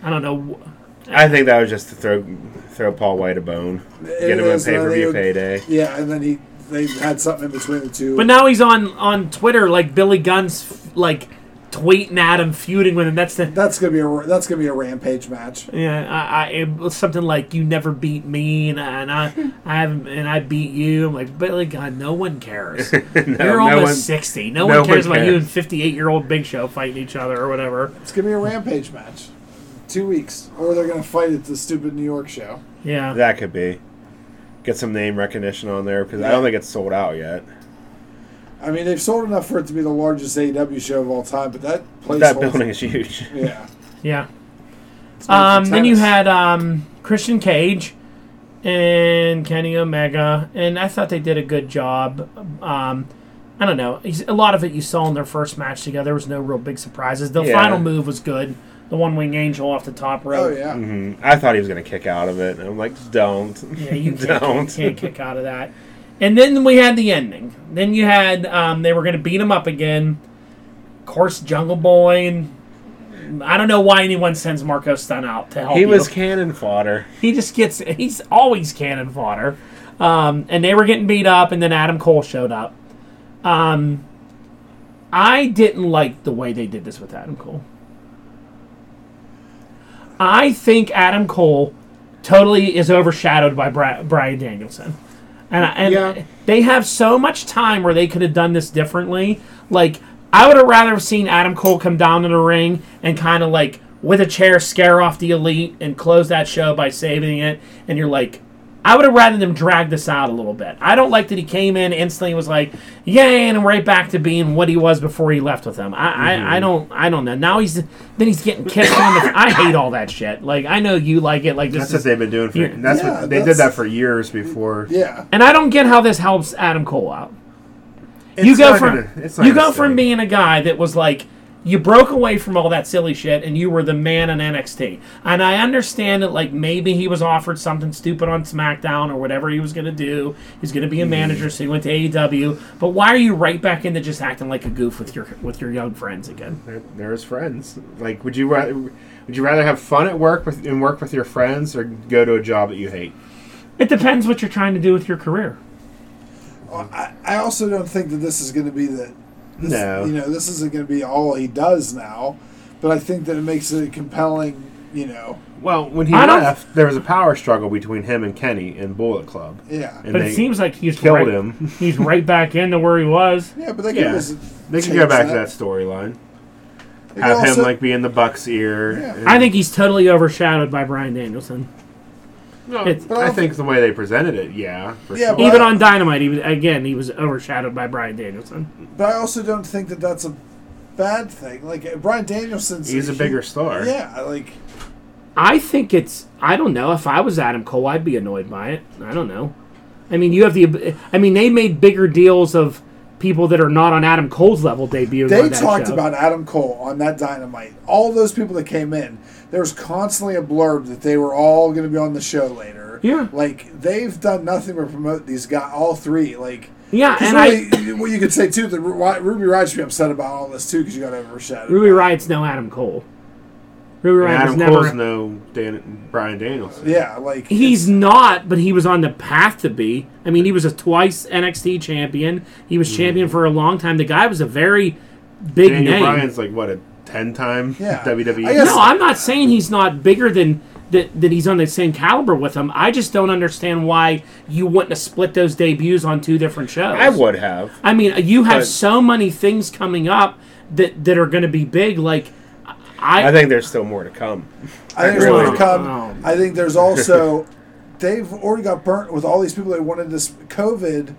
Speaker 2: I don't know. wh-
Speaker 3: I think that was just to throw throw Paul White a bone, get him a
Speaker 1: is,
Speaker 3: pay
Speaker 1: and I
Speaker 3: per view
Speaker 1: think it-
Speaker 3: payday.
Speaker 1: Yeah, and then he they had something in between the two.
Speaker 2: But now he's on on Twitter like Billy Gunn's like tweeting at him, feuding with him. That's the
Speaker 1: that's gonna be a that's gonna be a rampage match.
Speaker 2: Yeah, I, I it was something like you never beat me, and I, and I, I haven't, and I beat you. I'm like, Billy God, no one cares. You're
Speaker 3: no
Speaker 2: almost
Speaker 3: one-
Speaker 2: sixty. No,
Speaker 3: no
Speaker 2: one cares
Speaker 3: one
Speaker 2: about you
Speaker 3: cares.
Speaker 2: and fifty eight year old Big Show fighting each other or whatever.
Speaker 1: It's gonna be a rampage match. Two weeks, or they're gonna fight at the stupid New York show.
Speaker 2: Yeah,
Speaker 3: That could be. Get some name recognition on there because I don't think it's sold out yet.
Speaker 1: I mean, they've sold enough for it to be the largest AEW show of all time, but that place
Speaker 3: That
Speaker 1: holds-
Speaker 3: building is huge.
Speaker 1: yeah.
Speaker 2: yeah.
Speaker 1: It's made for
Speaker 2: Um, then you
Speaker 1: tennis.
Speaker 2: had um, Christian Cage and Kenny Omega, and I thought they did a good job. Um, I don't know. It's- A lot of it you saw in their first match together. There was no real big surprises. The
Speaker 3: Yeah.
Speaker 2: final move was good. The one wing angel off the top rope.
Speaker 1: Oh yeah.
Speaker 2: Mm-hmm.
Speaker 3: Mhm. I thought he was going to kick out of it. And I'm like, don't.
Speaker 2: Yeah, you can't,
Speaker 3: Don't.
Speaker 2: you can't kick out of that. And then we had the ending. Then you had um, they were going to beat him up again. Of course, Jungle Boy. And I don't know why anyone sends Marco Stunt out to help.
Speaker 3: He
Speaker 2: you.
Speaker 3: was cannon fodder.
Speaker 2: He just gets. He's always cannon fodder. Um, and they were getting beat up, and then Adam Cole showed up. Um, I didn't like the way they did this with Adam Cole. I think Adam Cole totally is overshadowed by Bri- Brian Danielson. And, I- and
Speaker 3: Yeah.
Speaker 2: they have so much time where they could have done this differently. Like, I would have rather have seen Adam Cole come down to the ring and kind of like with a chair scare off the elite and close that show by saving it. And you're like, I would have rather them drag this out a little bit. I don't like that he came in instantly was like, yay, and right back to being what he was before he left with them. I, I, I don't I don't know. Now he's then he's getting kicked on the. I hate all that shit. Like I know you like it. Like this
Speaker 3: That's what
Speaker 2: is
Speaker 3: they've been doing for.
Speaker 2: Yeah.
Speaker 3: That's
Speaker 1: Yeah,
Speaker 3: what they
Speaker 1: that's-
Speaker 3: did that for years before.
Speaker 1: Yeah.
Speaker 2: And I don't get how this helps Adam Cole out.
Speaker 3: It's
Speaker 2: you go
Speaker 3: not
Speaker 2: from
Speaker 3: gonna- it's not
Speaker 2: you
Speaker 3: gonna
Speaker 2: go from
Speaker 3: stay.
Speaker 2: being a guy that was like you broke away from all that silly shit and you were the man in NXT. And I understand that, like, maybe he was offered something stupid on SmackDown or whatever he was going to do. He's going to be a
Speaker 3: Mm.
Speaker 2: manager, so he went to AEW. But why are you right back into just acting like a goof with your with your young friends again?
Speaker 3: They're, they're his friends. Like, would you rather would you rather have fun at work with, and work with your friends, or go to a job that you hate?
Speaker 2: It depends what you're trying to do with your career.
Speaker 1: I, I also don't think that this is going to be the. This,
Speaker 3: No.
Speaker 1: You know, this isn't going to be all he does now, but I think that it makes it a compelling, you know,
Speaker 3: Well, when he
Speaker 2: I don't-
Speaker 3: left, there was a power struggle between him and Kenny in Bullet Club,
Speaker 1: yeah.
Speaker 3: and
Speaker 2: But
Speaker 3: they
Speaker 2: it seems like he's
Speaker 3: killed
Speaker 2: right,
Speaker 3: him.
Speaker 2: He's right back into where he was.
Speaker 1: yeah, but they could
Speaker 3: yeah.
Speaker 1: just
Speaker 3: They could
Speaker 1: change
Speaker 3: go back to that storyline.
Speaker 1: They could
Speaker 3: Have
Speaker 1: also-
Speaker 3: him like be in the Bucks ear.
Speaker 1: Yeah.
Speaker 3: and-
Speaker 2: I think he's totally overshadowed by Brian Danielson.
Speaker 3: No,
Speaker 2: It's-
Speaker 1: But I
Speaker 3: I
Speaker 1: don't
Speaker 3: think the way they presented it, yeah, for
Speaker 1: Yeah,
Speaker 3: sure.
Speaker 1: but-
Speaker 2: Even on Dynamite, he was again he was overshadowed by Brian Danielson.
Speaker 1: But I also don't think that that's a bad thing. Like Brian Danielson's
Speaker 3: He's a bigger star.
Speaker 1: Yeah, like
Speaker 2: I think it's I don't know if I was Adam Cole, I'd be annoyed by it. I don't know. I mean, you have the I mean they made bigger deals of people that are not on Adam Cole's level debuting.
Speaker 1: they
Speaker 2: on that
Speaker 1: talked
Speaker 2: show.
Speaker 1: about Adam Cole on that Dynamite. All those people that came in, there was constantly a blurb that they were all going to be on the show later.
Speaker 2: Yeah.
Speaker 1: like they've done nothing but promote these guys. All three, like.
Speaker 2: yeah,
Speaker 1: 'cause
Speaker 2: and I
Speaker 1: really, what you could say too, that Ru- Ruby Riot should be upset about all this too, because you got overshadowed.
Speaker 2: Ruby Riot's no Adam Cole. Ruby
Speaker 3: And
Speaker 2: Riot
Speaker 3: Adam
Speaker 2: was never.
Speaker 3: Cole's no Dan, Brian Danielson.
Speaker 1: Yeah, like
Speaker 2: He's not, but he was on the path to be. I mean, he was a twice NXT champion. He was champion for a long time. The guy was a very big
Speaker 3: Daniel
Speaker 2: name.
Speaker 3: Bryan's like what a ten time E?
Speaker 1: Yeah.
Speaker 3: WWE.
Speaker 1: I guess-
Speaker 2: No, I'm not saying he's not bigger than that. That he's on the same caliber with him. I just don't understand why you wouldn't have split those debuts on two different shows.
Speaker 3: I would have.
Speaker 2: I mean, you have
Speaker 3: But-
Speaker 2: so many things coming up that that are going to be big. Like, I,
Speaker 3: I think there's still more to come.
Speaker 1: I think there's
Speaker 3: Really?
Speaker 1: more to come.
Speaker 2: Wow.
Speaker 1: I think there's also they've already got burnt with all these people that wanted this. COVID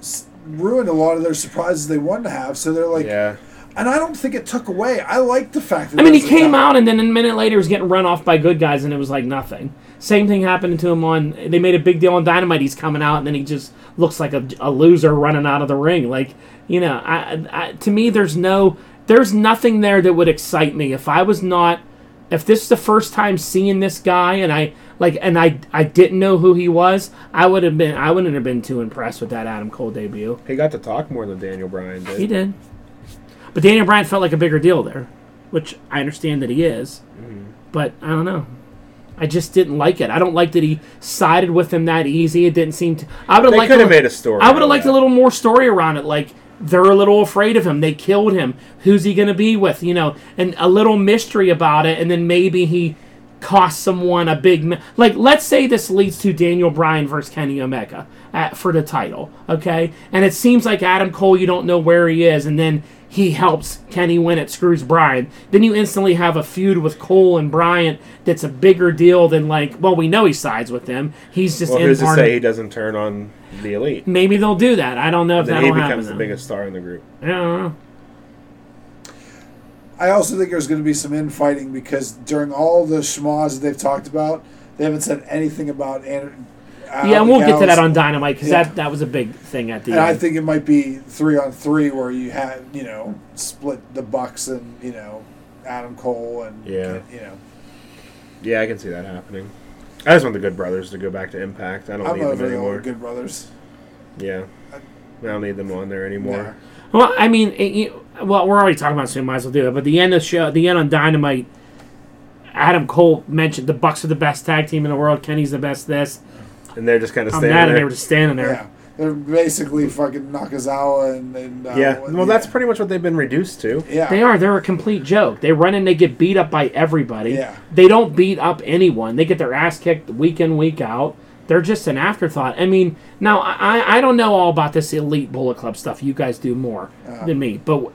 Speaker 1: s- ruined a lot of their surprises they wanted to have. So they're like,
Speaker 3: yeah,
Speaker 1: and I don't think it took away. I like the fact that
Speaker 2: I mean,
Speaker 1: there
Speaker 2: he
Speaker 1: was a
Speaker 2: came
Speaker 1: time-
Speaker 2: out and then a minute later he was getting run off by good guys and it was like nothing. Same thing happened to him on. They made a big deal on Dynamite. He's coming out and then he just looks like a, a loser running out of the ring. Like you know, I, I to me there's no there's nothing there that would excite me if I was not if this is the first time seeing this guy and I like and I I didn't know who he was, I would have been I wouldn't have been too impressed with that Adam Cole debut.
Speaker 3: he got to talk more than Daniel Bryan did.
Speaker 2: He did. But Daniel Bryan felt like a bigger deal there, which I understand that he is.
Speaker 3: Mm-hmm.
Speaker 2: But I don't know. I just didn't like it. I don't like that he sided with him that easy. It didn't seem to. I would
Speaker 3: They
Speaker 2: have liked.
Speaker 3: could have
Speaker 2: li-
Speaker 3: made a story
Speaker 2: I would
Speaker 3: out of
Speaker 2: have liked
Speaker 3: that.
Speaker 2: a little more story around it. Like they're a little afraid of him. They killed him. Who's he going to be with? You know, and a little mystery about it. And then maybe he cost someone a big ma- like. Let's say this leads to Daniel Bryan versus Kenny Omega at, for the title. Okay, and it seems like Adam Cole. You don't know where he is, and then. He helps Kenny win it, screws Bryan. Then you instantly have a feud with Cole and Bryant that's a bigger deal than like, well, we know he sides with them. He's just
Speaker 4: Well,
Speaker 2: in
Speaker 4: who's to
Speaker 2: part of-
Speaker 4: say he doesn't turn on the elite?
Speaker 2: Maybe they'll do that. I don't know if
Speaker 4: Then
Speaker 2: that'll
Speaker 4: he
Speaker 2: happen.
Speaker 4: becomes the
Speaker 2: though. uh-huh.
Speaker 4: biggest star in the group.
Speaker 2: I don't know.
Speaker 1: I also think there's going to be some infighting because during all the schmoz that they've talked about, they haven't said anything about. And,
Speaker 2: Yeah, and we'll get to that on Dynamite because
Speaker 1: Yeah.
Speaker 2: that, that was a big thing at the
Speaker 1: And
Speaker 2: end.
Speaker 1: I think it might be three on three where you had you know split the Bucks and you know Adam Cole and
Speaker 3: Yeah.
Speaker 1: you know
Speaker 3: Yeah, I can see that happening. I just want the Good Brothers to go back to Impact. I don't
Speaker 1: I'm
Speaker 3: need them
Speaker 1: over the
Speaker 3: anymore.
Speaker 1: old Good Brothers.
Speaker 3: yeah, I don't need them on there anymore.
Speaker 2: well, I mean, it, you- well, we're already talking about it, so we might as well do it. But the end of the show, the end on Dynamite, Adam Cole mentioned the Bucks are the best tag team in the world. Kenny's the best this.
Speaker 3: And they're just kind of
Speaker 2: I'm that,
Speaker 3: standing
Speaker 2: and they
Speaker 3: there.
Speaker 2: were just standing there.
Speaker 1: Yeah, they're basically fucking Nakazawa and, and uh,
Speaker 3: yeah.
Speaker 1: what-
Speaker 3: Well, that's pretty much what they've been reduced to.
Speaker 1: yeah.
Speaker 2: They are. They're a complete joke. They run and they get beat up by everybody.
Speaker 1: Yeah.
Speaker 2: They don't beat up anyone. They get their ass kicked week in, week out. They're just an afterthought. I mean, now I, I- I don't know all about this elite Bullet Club stuff. You guys do more than me. But w-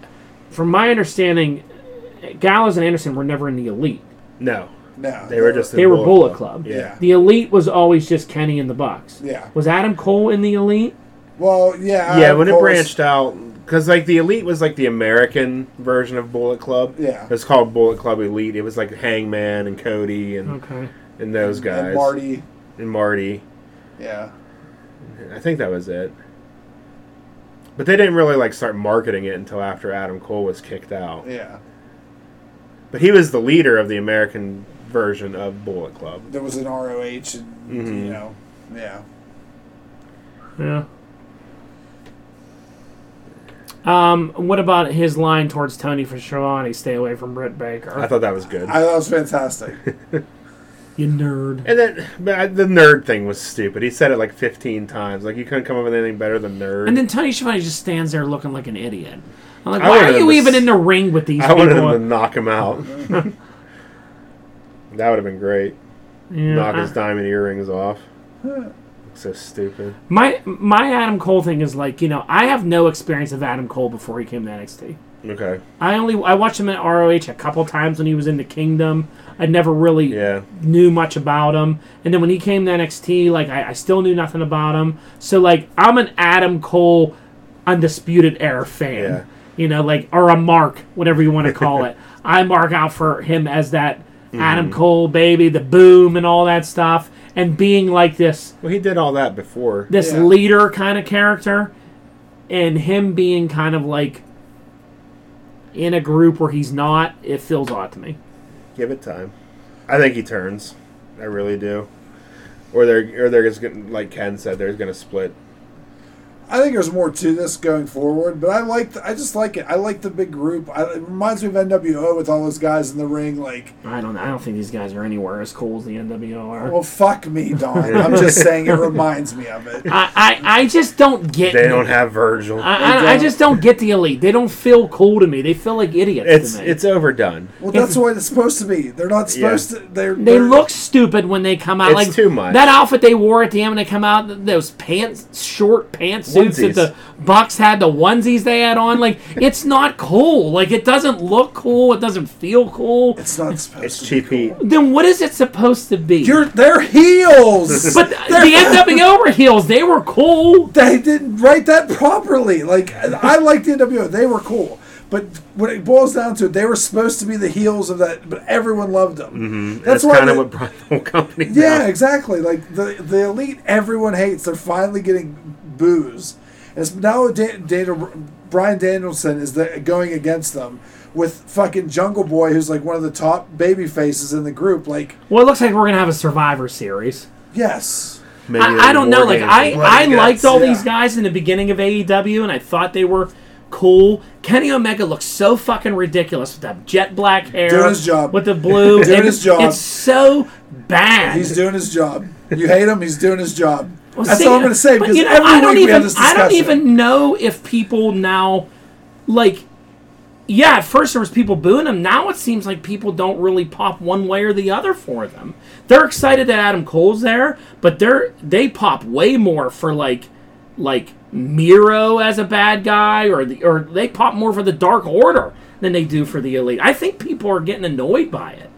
Speaker 2: from my understanding, Gallows and Anderson were never in the elite.
Speaker 3: No,
Speaker 1: no,
Speaker 3: they were just in
Speaker 2: They were
Speaker 3: Bullet
Speaker 2: Bullet Club.
Speaker 3: Yeah.
Speaker 2: The elite was always just Kenny and the Bucks.
Speaker 1: Yeah.
Speaker 2: Was Adam Cole in the elite?
Speaker 1: well, yeah,
Speaker 3: yeah,
Speaker 1: Adam
Speaker 3: when it
Speaker 1: Cole's-
Speaker 3: branched out, because like the Elite was like the American version of Bullet Club.
Speaker 1: Yeah.
Speaker 3: it's called Bullet Club Elite. It was like Hangman and Cody and
Speaker 2: Okay.
Speaker 3: and those guys
Speaker 1: and Marty,
Speaker 3: and Marty.
Speaker 1: yeah,
Speaker 3: I think that was it.
Speaker 4: But they didn't really like start marketing it until after Adam Cole was kicked out.
Speaker 1: Yeah.
Speaker 4: But he was the leader of the American version of Bullet Club.
Speaker 1: There was an ROH and,
Speaker 4: Mhm.
Speaker 3: Mm-hmm.
Speaker 1: you know, yeah.
Speaker 2: Yeah. Um, what about his line towards Tony for Schiavone? Stay away from Britt Baker.
Speaker 4: I thought that was good.
Speaker 1: I thought it was fantastic.
Speaker 2: you nerd.
Speaker 4: and then but I- the nerd thing was stupid. He said it like 15 times. Like you couldn't come up with anything better than nerd.
Speaker 2: And then Tony Schiavone just stands there looking like an idiot. I'm like,
Speaker 4: I
Speaker 2: why
Speaker 4: wanted
Speaker 2: are
Speaker 4: him
Speaker 2: you
Speaker 4: to
Speaker 2: even
Speaker 4: s-
Speaker 2: in the ring with these
Speaker 4: I
Speaker 2: people?
Speaker 4: wanted him to knock him out. that would have been great.
Speaker 2: Uh-huh. Yeah,
Speaker 4: knock
Speaker 2: I-
Speaker 4: his diamond earrings off. so stupid.
Speaker 2: my my Adam Cole thing is like, you know, I have no experience of Adam Cole before he came to NXT.
Speaker 4: Okay.
Speaker 2: I only I watched him at ROH a couple times when he was in the Kingdom. I never really
Speaker 4: Yeah.
Speaker 2: knew much about him. And then when he came to NXT, like I, I still knew nothing about him. So like I'm an Adam Cole undisputed era fan.
Speaker 4: Yeah.
Speaker 2: You know, like or a mark, whatever you want to call it. I mark out for him as that Adam Cole baby, the boom and all that stuff. And being like this
Speaker 4: Well, he did all that before.
Speaker 2: this
Speaker 1: Yeah.
Speaker 2: leader kind of character and him being kind of like in a group where he's not, it feels odd to me.
Speaker 4: Give it time. I think he turns. I really do. Or they're or they're just gonna, like Ken said, they're gonna split.
Speaker 1: I think there's more to this going forward, but I like I just like it. I like the big group. I, it reminds me of NWO with all those guys in the ring. Like,
Speaker 2: I don't I don't think these guys are anywhere as cool as the NWO are.
Speaker 1: well, fuck me, Don. I'm just saying it reminds me of it.
Speaker 2: I, I, I just don't get.
Speaker 4: They
Speaker 2: it.
Speaker 4: don't have Virgil.
Speaker 2: I, I, I just don't get the elite. They don't feel cool to me. They feel like idiots
Speaker 4: it's
Speaker 2: to me.
Speaker 4: it's overdone.
Speaker 1: Well, that's what it's supposed to be. They're not supposed to. They're
Speaker 2: they
Speaker 1: they're-
Speaker 2: look stupid when they come out.
Speaker 4: It's
Speaker 2: like
Speaker 4: too much.
Speaker 2: That outfit they wore at the end when they come out, th- those pants, short pantsuits that
Speaker 4: Onesies.
Speaker 2: the Bucks had, the onesies they had on. Like it's not cool. Like it doesn't look cool. It doesn't feel cool.
Speaker 1: It's not supposed
Speaker 4: It's
Speaker 1: to.
Speaker 4: cheap heat.
Speaker 2: Then what is it supposed to be?
Speaker 1: You're they're heels.
Speaker 2: but the NWO were heels. They were cool.
Speaker 1: they didn't write that properly. Like I liked the NWO, they were cool, but when it boils down to it, they were supposed to be the heels of that, but everyone loved them.
Speaker 4: Mm-hmm. That's,
Speaker 1: why
Speaker 4: kind of
Speaker 1: the-
Speaker 4: what brought the whole company down.
Speaker 1: Yeah, exactly. Like the the elite, everyone hates. They're finally getting booze, and it's now da- Data Brian Danielson is the, going against them with fucking Jungle Boy, who's like one of the top baby faces in the group. Like
Speaker 2: Well, it looks like we're gonna have a Survivor Series.
Speaker 1: yes,
Speaker 4: Maybe
Speaker 2: I, I
Speaker 4: they
Speaker 2: don't
Speaker 4: war
Speaker 2: know. Like
Speaker 4: games
Speaker 2: I,
Speaker 4: and blood
Speaker 2: I
Speaker 4: and guts.
Speaker 2: liked all these
Speaker 1: yeah.
Speaker 2: guys in the beginning of AEW, and I thought they were cool. Kenny Omega looks so fucking ridiculous with that jet black hair,
Speaker 1: Doing his job.
Speaker 2: with the blue,
Speaker 1: Doing
Speaker 2: and
Speaker 1: his job.
Speaker 2: It's so bad.
Speaker 1: he's doing his job. You hate him, he's doing his job.
Speaker 2: Well,
Speaker 1: That's
Speaker 2: see,
Speaker 1: all I'm gonna say
Speaker 2: but,
Speaker 1: because
Speaker 2: you know,
Speaker 1: every
Speaker 2: I
Speaker 1: week
Speaker 2: don't
Speaker 1: we
Speaker 2: even,
Speaker 1: have this discussion.
Speaker 2: I don't even know if people now, like, yeah, at first there was people booing him. Now it seems like people don't really pop one way or the other for them. They're excited that Adam Cole's there, but they're they pop way more for like, like Miro as a bad guy, or the or they pop more for the Dark Order than they do for the Elite. I think people are getting annoyed by it.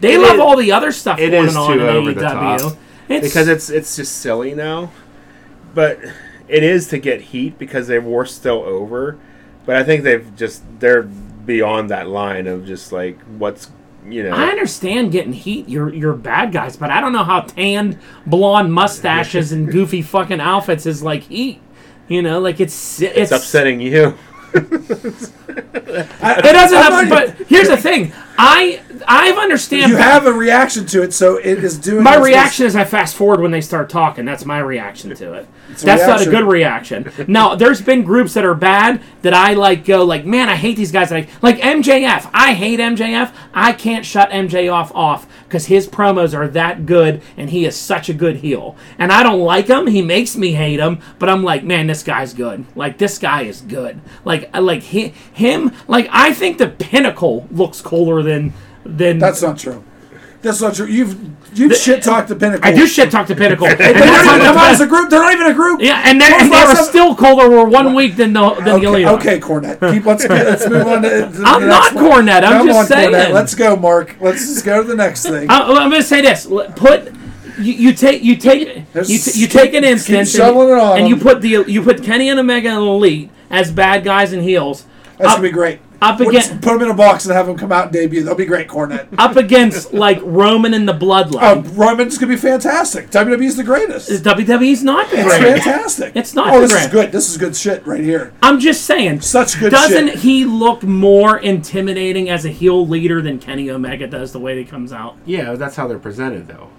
Speaker 2: They
Speaker 4: It
Speaker 2: love
Speaker 4: is-
Speaker 2: all the other stuff
Speaker 4: it
Speaker 2: going
Speaker 4: is
Speaker 2: on
Speaker 4: too
Speaker 2: in
Speaker 4: over the
Speaker 2: AEW.
Speaker 4: top.
Speaker 2: It's,
Speaker 4: because it's it's just silly now. But it is to get heat because they were still over. But I think they've just they're beyond that line of just like what's you know.
Speaker 2: I understand getting heat, you're, you're bad guys, but I don't know how tanned, blonde mustaches and goofy fucking outfits is like heat. You know, like it's it's,
Speaker 4: it's upsetting you.
Speaker 2: It doesn't.
Speaker 1: I'm
Speaker 2: ups-
Speaker 1: not-
Speaker 2: but here's the thing, I I understand.
Speaker 1: You have a reaction to it, so it is doing.
Speaker 2: my
Speaker 1: its-
Speaker 2: reaction is I fast forward when they start talking. That's my reaction to it. That's not a
Speaker 1: reaction.
Speaker 2: good reaction. Now, there's been groups that are bad that I like go like, man, I hate these guys. Like, like MJF. I hate MJF. I can't shut MJF off because his promos are that good and he is such a good heel. And I don't like him. He makes me hate him. But I'm like, man, this guy's good. Like this guy is good. Like I- like he, him. Like I think the pinnacle looks cooler than than
Speaker 1: That's not true. That's not true. You've you've shit talked the Pinnacle.
Speaker 2: I do shit talk to Pinnacle. And
Speaker 1: They
Speaker 2: that's
Speaker 1: don't
Speaker 2: not
Speaker 1: even
Speaker 2: the
Speaker 1: come out as
Speaker 2: best.
Speaker 1: a group. They're not even a group.
Speaker 2: Yeah, and then and they were still colder were one week than the than the
Speaker 1: Okay,
Speaker 2: Elite.
Speaker 1: okay Cornette. Keep, let's get- let's move on to. to the
Speaker 2: I'm
Speaker 1: next
Speaker 2: not
Speaker 1: one.
Speaker 2: Cornette. I'm
Speaker 1: Come
Speaker 2: just
Speaker 1: on,
Speaker 2: saying.
Speaker 1: Cornette. Let's go, Mark. Let's just go to the next thing.
Speaker 2: I, I'm going to say this. L- Put you, you take you take
Speaker 1: There's-
Speaker 2: you, t- you take an
Speaker 1: keep
Speaker 2: instance and,
Speaker 1: shoveling it on
Speaker 2: and you
Speaker 1: them.
Speaker 2: put the you put Kenny and Omega and Elite as bad guys and heels.
Speaker 1: That's
Speaker 2: up-
Speaker 1: gonna be great.
Speaker 2: up
Speaker 1: We'll just
Speaker 2: against
Speaker 1: put them in a box and have them come out and debut. They'll be great, Cornet.
Speaker 2: up against like Roman and the
Speaker 1: Uh,
Speaker 2: Bloodline.
Speaker 1: Roman's gonna be fantastic. WWE's the greatest. It's
Speaker 2: WWE's not the greatest.
Speaker 1: fantastic.
Speaker 2: It's not
Speaker 1: Oh,
Speaker 2: the
Speaker 1: this is
Speaker 2: greatest.
Speaker 1: good. This is good shit right here.
Speaker 2: I'm just saying.
Speaker 1: Such good
Speaker 2: Doesn't
Speaker 1: shit.
Speaker 2: he look more intimidating as a heel leader than Kenny Omega does the way he comes out?
Speaker 3: Yeah, that's how they're presented, though.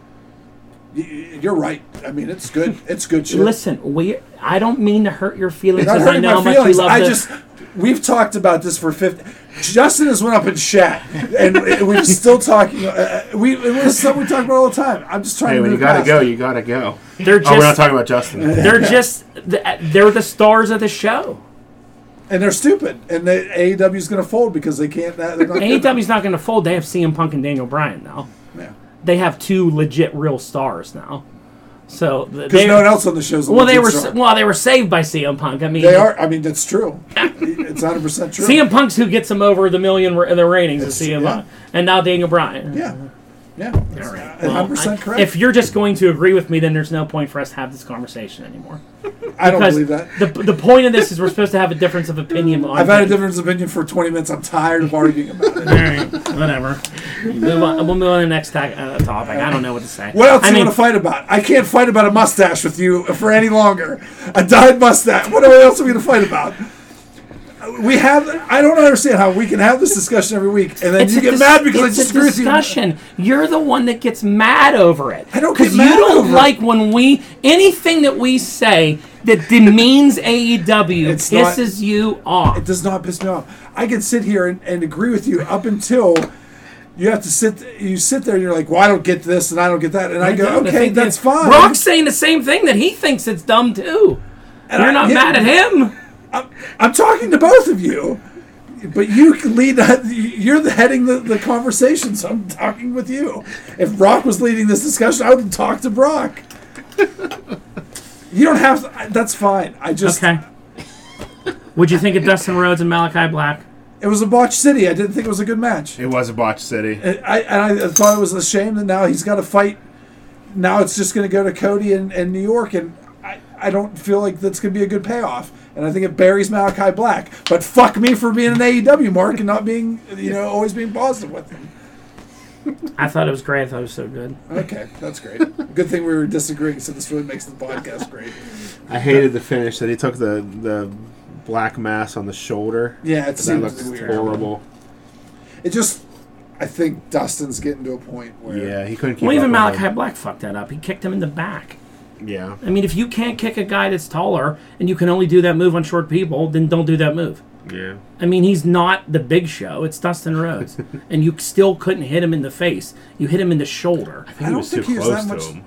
Speaker 1: Y- y- You're right. I mean, it's good. It's good shit.
Speaker 2: Listen, we I don't mean to hurt your feelings
Speaker 1: You're not
Speaker 2: because I
Speaker 1: hurting
Speaker 2: know how
Speaker 1: my
Speaker 2: much you
Speaker 1: feelings.
Speaker 2: love
Speaker 1: I
Speaker 2: this.
Speaker 1: just we've talked about this for 50 Justin has went up and shat, and we're still talking. Uh, we it was something we talk about all the time. I'm just trying
Speaker 3: Hey,
Speaker 1: to.
Speaker 3: when you
Speaker 1: move
Speaker 3: gotta
Speaker 1: past
Speaker 3: go,
Speaker 1: it.
Speaker 3: you gotta go.
Speaker 2: They're
Speaker 3: oh, we're
Speaker 2: just-
Speaker 3: not talking about Justin.
Speaker 2: they're just they're the stars of the show.
Speaker 1: and they're stupid, and the AEW is going to fold because they can't. They're not
Speaker 2: AEW's not going to fold. They have CM Punk and Daniel Bryan now.
Speaker 1: Yeah.
Speaker 2: They have two legit real stars now. So th-
Speaker 1: Because
Speaker 2: they
Speaker 1: no one else on the show's a
Speaker 2: well they
Speaker 1: legit
Speaker 2: were
Speaker 1: star.
Speaker 2: s well they were saved by CM Punk. I mean
Speaker 1: They are. I mean, that's true. It's 100 percent true.
Speaker 2: CM Punk's who gets them over the million ra- the ratings of CM
Speaker 1: yeah.
Speaker 2: Punk, and now Daniel Bryan.
Speaker 1: Yeah, yeah.
Speaker 2: All right.
Speaker 1: It's 100
Speaker 2: Well, I-
Speaker 1: percent correct.
Speaker 2: If you're just going to agree with me, then there's no point for us to have this conversation anymore.
Speaker 1: I don't
Speaker 2: Because
Speaker 1: believe that.
Speaker 2: the the point of this is we're supposed to have a difference of opinion. On
Speaker 1: I've had a different opinion for 20 minutes. I'm tired of arguing about it.
Speaker 2: Alright, whatever. Move on- We'll move on to the next ta- uh, topic. I don't know what to say.
Speaker 1: What else do
Speaker 2: I
Speaker 1: you
Speaker 2: mean,
Speaker 1: want to fight about? I can't fight about a mustache with you for any longer. A dyed mustache. What else are we going to fight about? We have. I don't understand how we can have this discussion every week and then
Speaker 2: it's
Speaker 1: you
Speaker 2: a
Speaker 1: get
Speaker 2: dis-
Speaker 1: mad because I
Speaker 2: it's a
Speaker 1: disagree with you.
Speaker 2: discussion. You're the one that gets mad over it. I
Speaker 1: don't get
Speaker 2: you
Speaker 1: mad
Speaker 2: don't
Speaker 1: over it.
Speaker 2: like when we anything that we say that demeans AEW
Speaker 1: It's not-
Speaker 2: pisses you off.
Speaker 1: It does not piss me off. I can sit here and, and agree with you up until you have to sit. You sit there and you're like, "Well, I don't get this and I don't get that," and I,
Speaker 2: I
Speaker 1: go,
Speaker 2: don't
Speaker 1: "Okay,
Speaker 2: think
Speaker 1: that's
Speaker 2: that-
Speaker 1: fine."
Speaker 2: Brock's saying the same thing that he thinks it's dumb too. You're
Speaker 1: I-
Speaker 2: not
Speaker 1: yeah.
Speaker 2: mad at him.
Speaker 1: I'm talking to both of you, but you can lead. You're the heading the, the conversation, so I'm talking with you. If Brock was leading this discussion, I would talk to Brock. you don't have. To, I- that's fine. I just.
Speaker 2: Okay. Would you think of Dustin Rhodes and Malachi Black?
Speaker 1: It was a botch city. I didn't think it was a good match.
Speaker 3: It was a botch city.
Speaker 1: I and I thought it was a shame that now he's got to fight. Now it's just going to go to Cody and, and New York, and I, I don't feel like that's going to be a good payoff. And I think it buries Malachi Black. But fuck me for being an AEW mark and not being you know always being positive with him.
Speaker 2: I thought it was great. I thought it was so good.
Speaker 1: Okay, that's great. Good thing we were disagreeing, so this really makes the podcast great.
Speaker 3: I hated the finish that he took the the black mass on the shoulder.
Speaker 1: Yeah, it
Speaker 3: That
Speaker 1: seems
Speaker 3: looks
Speaker 1: weird.
Speaker 3: horrible.
Speaker 1: It just, I think Dustin's getting to a point where
Speaker 3: Yeah, he couldn't keep
Speaker 2: Well,
Speaker 3: up
Speaker 2: even
Speaker 3: with
Speaker 2: Malachi
Speaker 3: him.
Speaker 2: Black fucked that up. He kicked him in the back.
Speaker 3: Yeah,
Speaker 2: I mean, if you can't kick a guy that's taller and you can only do that move on short people, then don't do that move.
Speaker 3: yeah.
Speaker 2: I mean, he's not the big show. It's Dustin Rhodes. and you still couldn't hit him in the face. You hit him in the shoulder.
Speaker 3: I think
Speaker 1: don't
Speaker 3: he was
Speaker 1: think
Speaker 3: too
Speaker 1: he was
Speaker 3: close
Speaker 1: that
Speaker 3: to
Speaker 1: much-
Speaker 3: him.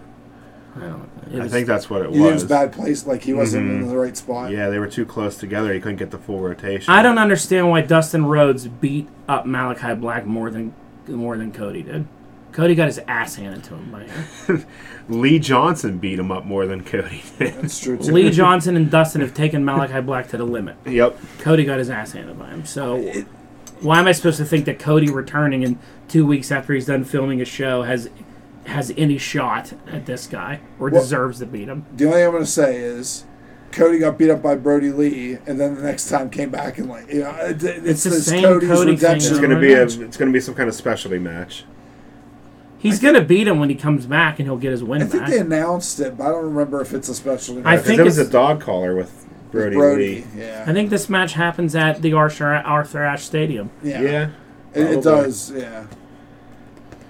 Speaker 2: I don't it
Speaker 3: I
Speaker 2: was-
Speaker 3: think that's what it
Speaker 1: he was
Speaker 3: was.
Speaker 1: bad place. Like he wasn't
Speaker 4: Mm-hmm.
Speaker 1: in the right spot.
Speaker 3: Yeah, they were too close together. He couldn't get the full rotation.
Speaker 2: I don't understand why Dustin Rhodes beat up Malachi Black more than more than Cody did. Cody got his ass handed to him by him.
Speaker 3: Lee Johnson beat him up more than Cody did.
Speaker 1: that's true. Too.
Speaker 2: Lee Johnson and Dustin have taken Malachi Black to the limit.
Speaker 3: yep.
Speaker 2: Cody got his ass handed by him. So why am I supposed to think that Cody returning in two weeks after he's done filming a show has has any shot at this guy or deserves to beat him?
Speaker 1: The only thing I'm going to say is Cody got beat up by Brody Lee, and then the next time came back and like you know it, it's,
Speaker 2: the
Speaker 1: this
Speaker 2: same
Speaker 1: Cody's
Speaker 2: Cody
Speaker 1: redemption.
Speaker 2: thing.
Speaker 4: It's gonna be a. It's gonna be some kind of specialty match.
Speaker 2: He's gonna beat him when he comes back and he'll get his win
Speaker 1: I think
Speaker 2: back.
Speaker 1: they announced it, but I don't remember if it's a special.
Speaker 2: I
Speaker 4: Because
Speaker 2: think
Speaker 4: it was a
Speaker 2: it's-
Speaker 4: dog collar with Brody,
Speaker 1: Brody.
Speaker 4: Lee.
Speaker 2: I
Speaker 1: Yeah.
Speaker 2: think this match happens at the Arthur Arthur Ashe Stadium.
Speaker 1: yeah,
Speaker 4: Yeah,
Speaker 1: It,
Speaker 4: probably.
Speaker 1: it does. Yeah,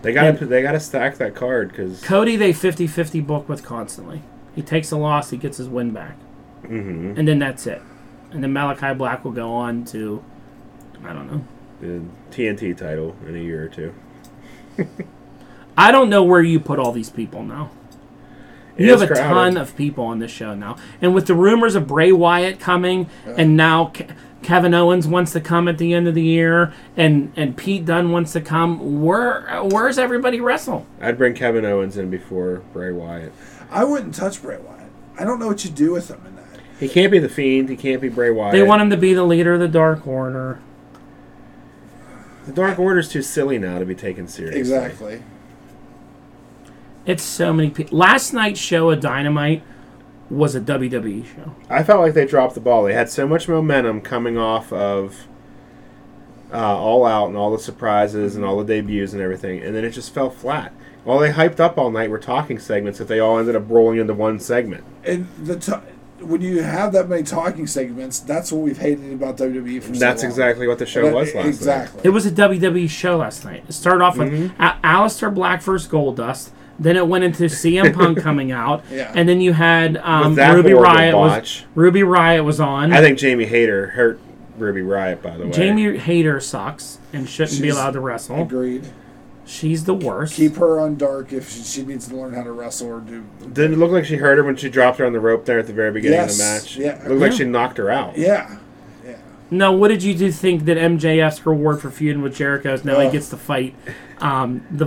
Speaker 4: they got to they got to stack that card because
Speaker 2: Cody, they 50 50 book with constantly. He takes a loss, he gets his win back. Mm-hmm. And then that's it. And then Malachi Black will go on to, I don't know.
Speaker 4: the TNT title in a year or two.
Speaker 2: I don't know where you put all these people now. You
Speaker 4: It's
Speaker 2: have a
Speaker 4: crowded.
Speaker 2: ton of people on this show now. And with the rumors of Bray Wyatt coming, and now Ke- Kevin Owens wants to come at the end of the year, and, and Pete Dunne wants to come, where where's everybody wrestle?
Speaker 4: I'd bring Kevin Owens in before Bray Wyatt.
Speaker 1: I wouldn't touch Bray Wyatt. I don't know what you do with him in that.
Speaker 4: He can't be the fiend. He can't be Bray Wyatt.
Speaker 2: They want him to be the leader of the Dark Order.
Speaker 4: the Dark Order's too silly now to be taken seriously.
Speaker 1: Exactly.
Speaker 2: It's so many people. Last night's show of Dynamite was a WWE show.
Speaker 4: I felt like they dropped the ball. They had so much momentum coming off of uh, all out and all the surprises and all the debuts and everything, and then it just fell flat. All they hyped up all night were talking segments that they all ended up rolling into one segment.
Speaker 1: And the t- when you have that many talking segments, that's what we've hated about WWE for.
Speaker 4: And
Speaker 1: so
Speaker 4: that's
Speaker 1: long.
Speaker 4: exactly what the show
Speaker 1: That-
Speaker 4: was last
Speaker 1: exactly.
Speaker 2: It was a WWE show last night. It started off with
Speaker 1: Mm-hmm.
Speaker 2: A- Alistair Black versus Goldust. Then it went into CM Punk coming out,
Speaker 1: Yeah.
Speaker 2: and then you had um,
Speaker 4: With that
Speaker 2: Ruby
Speaker 4: horrible
Speaker 2: Riot was
Speaker 4: botch.
Speaker 2: Ruby Riot was on.
Speaker 4: night. I think Jamie Hayter hurt Ruby Riot, by the way.
Speaker 2: Jamie Hayter sucks and shouldn't be
Speaker 1: She's-
Speaker 2: allowed to wrestle.
Speaker 1: Agreed.
Speaker 2: She's the worst.
Speaker 1: Keep her on dark if she, she needs to learn how to wrestle or do.
Speaker 4: Didn't it look like she hurt her when she dropped her on the rope there at the very beginning of the
Speaker 1: Yes,
Speaker 4: match?
Speaker 1: yeah.
Speaker 4: Looked like
Speaker 2: Yeah.
Speaker 4: she knocked her out.
Speaker 1: Yeah, yeah.
Speaker 2: No, what did you do think that MJF's reward for feuding with Jericho is now he
Speaker 1: Ugh.
Speaker 2: gets to fight um, the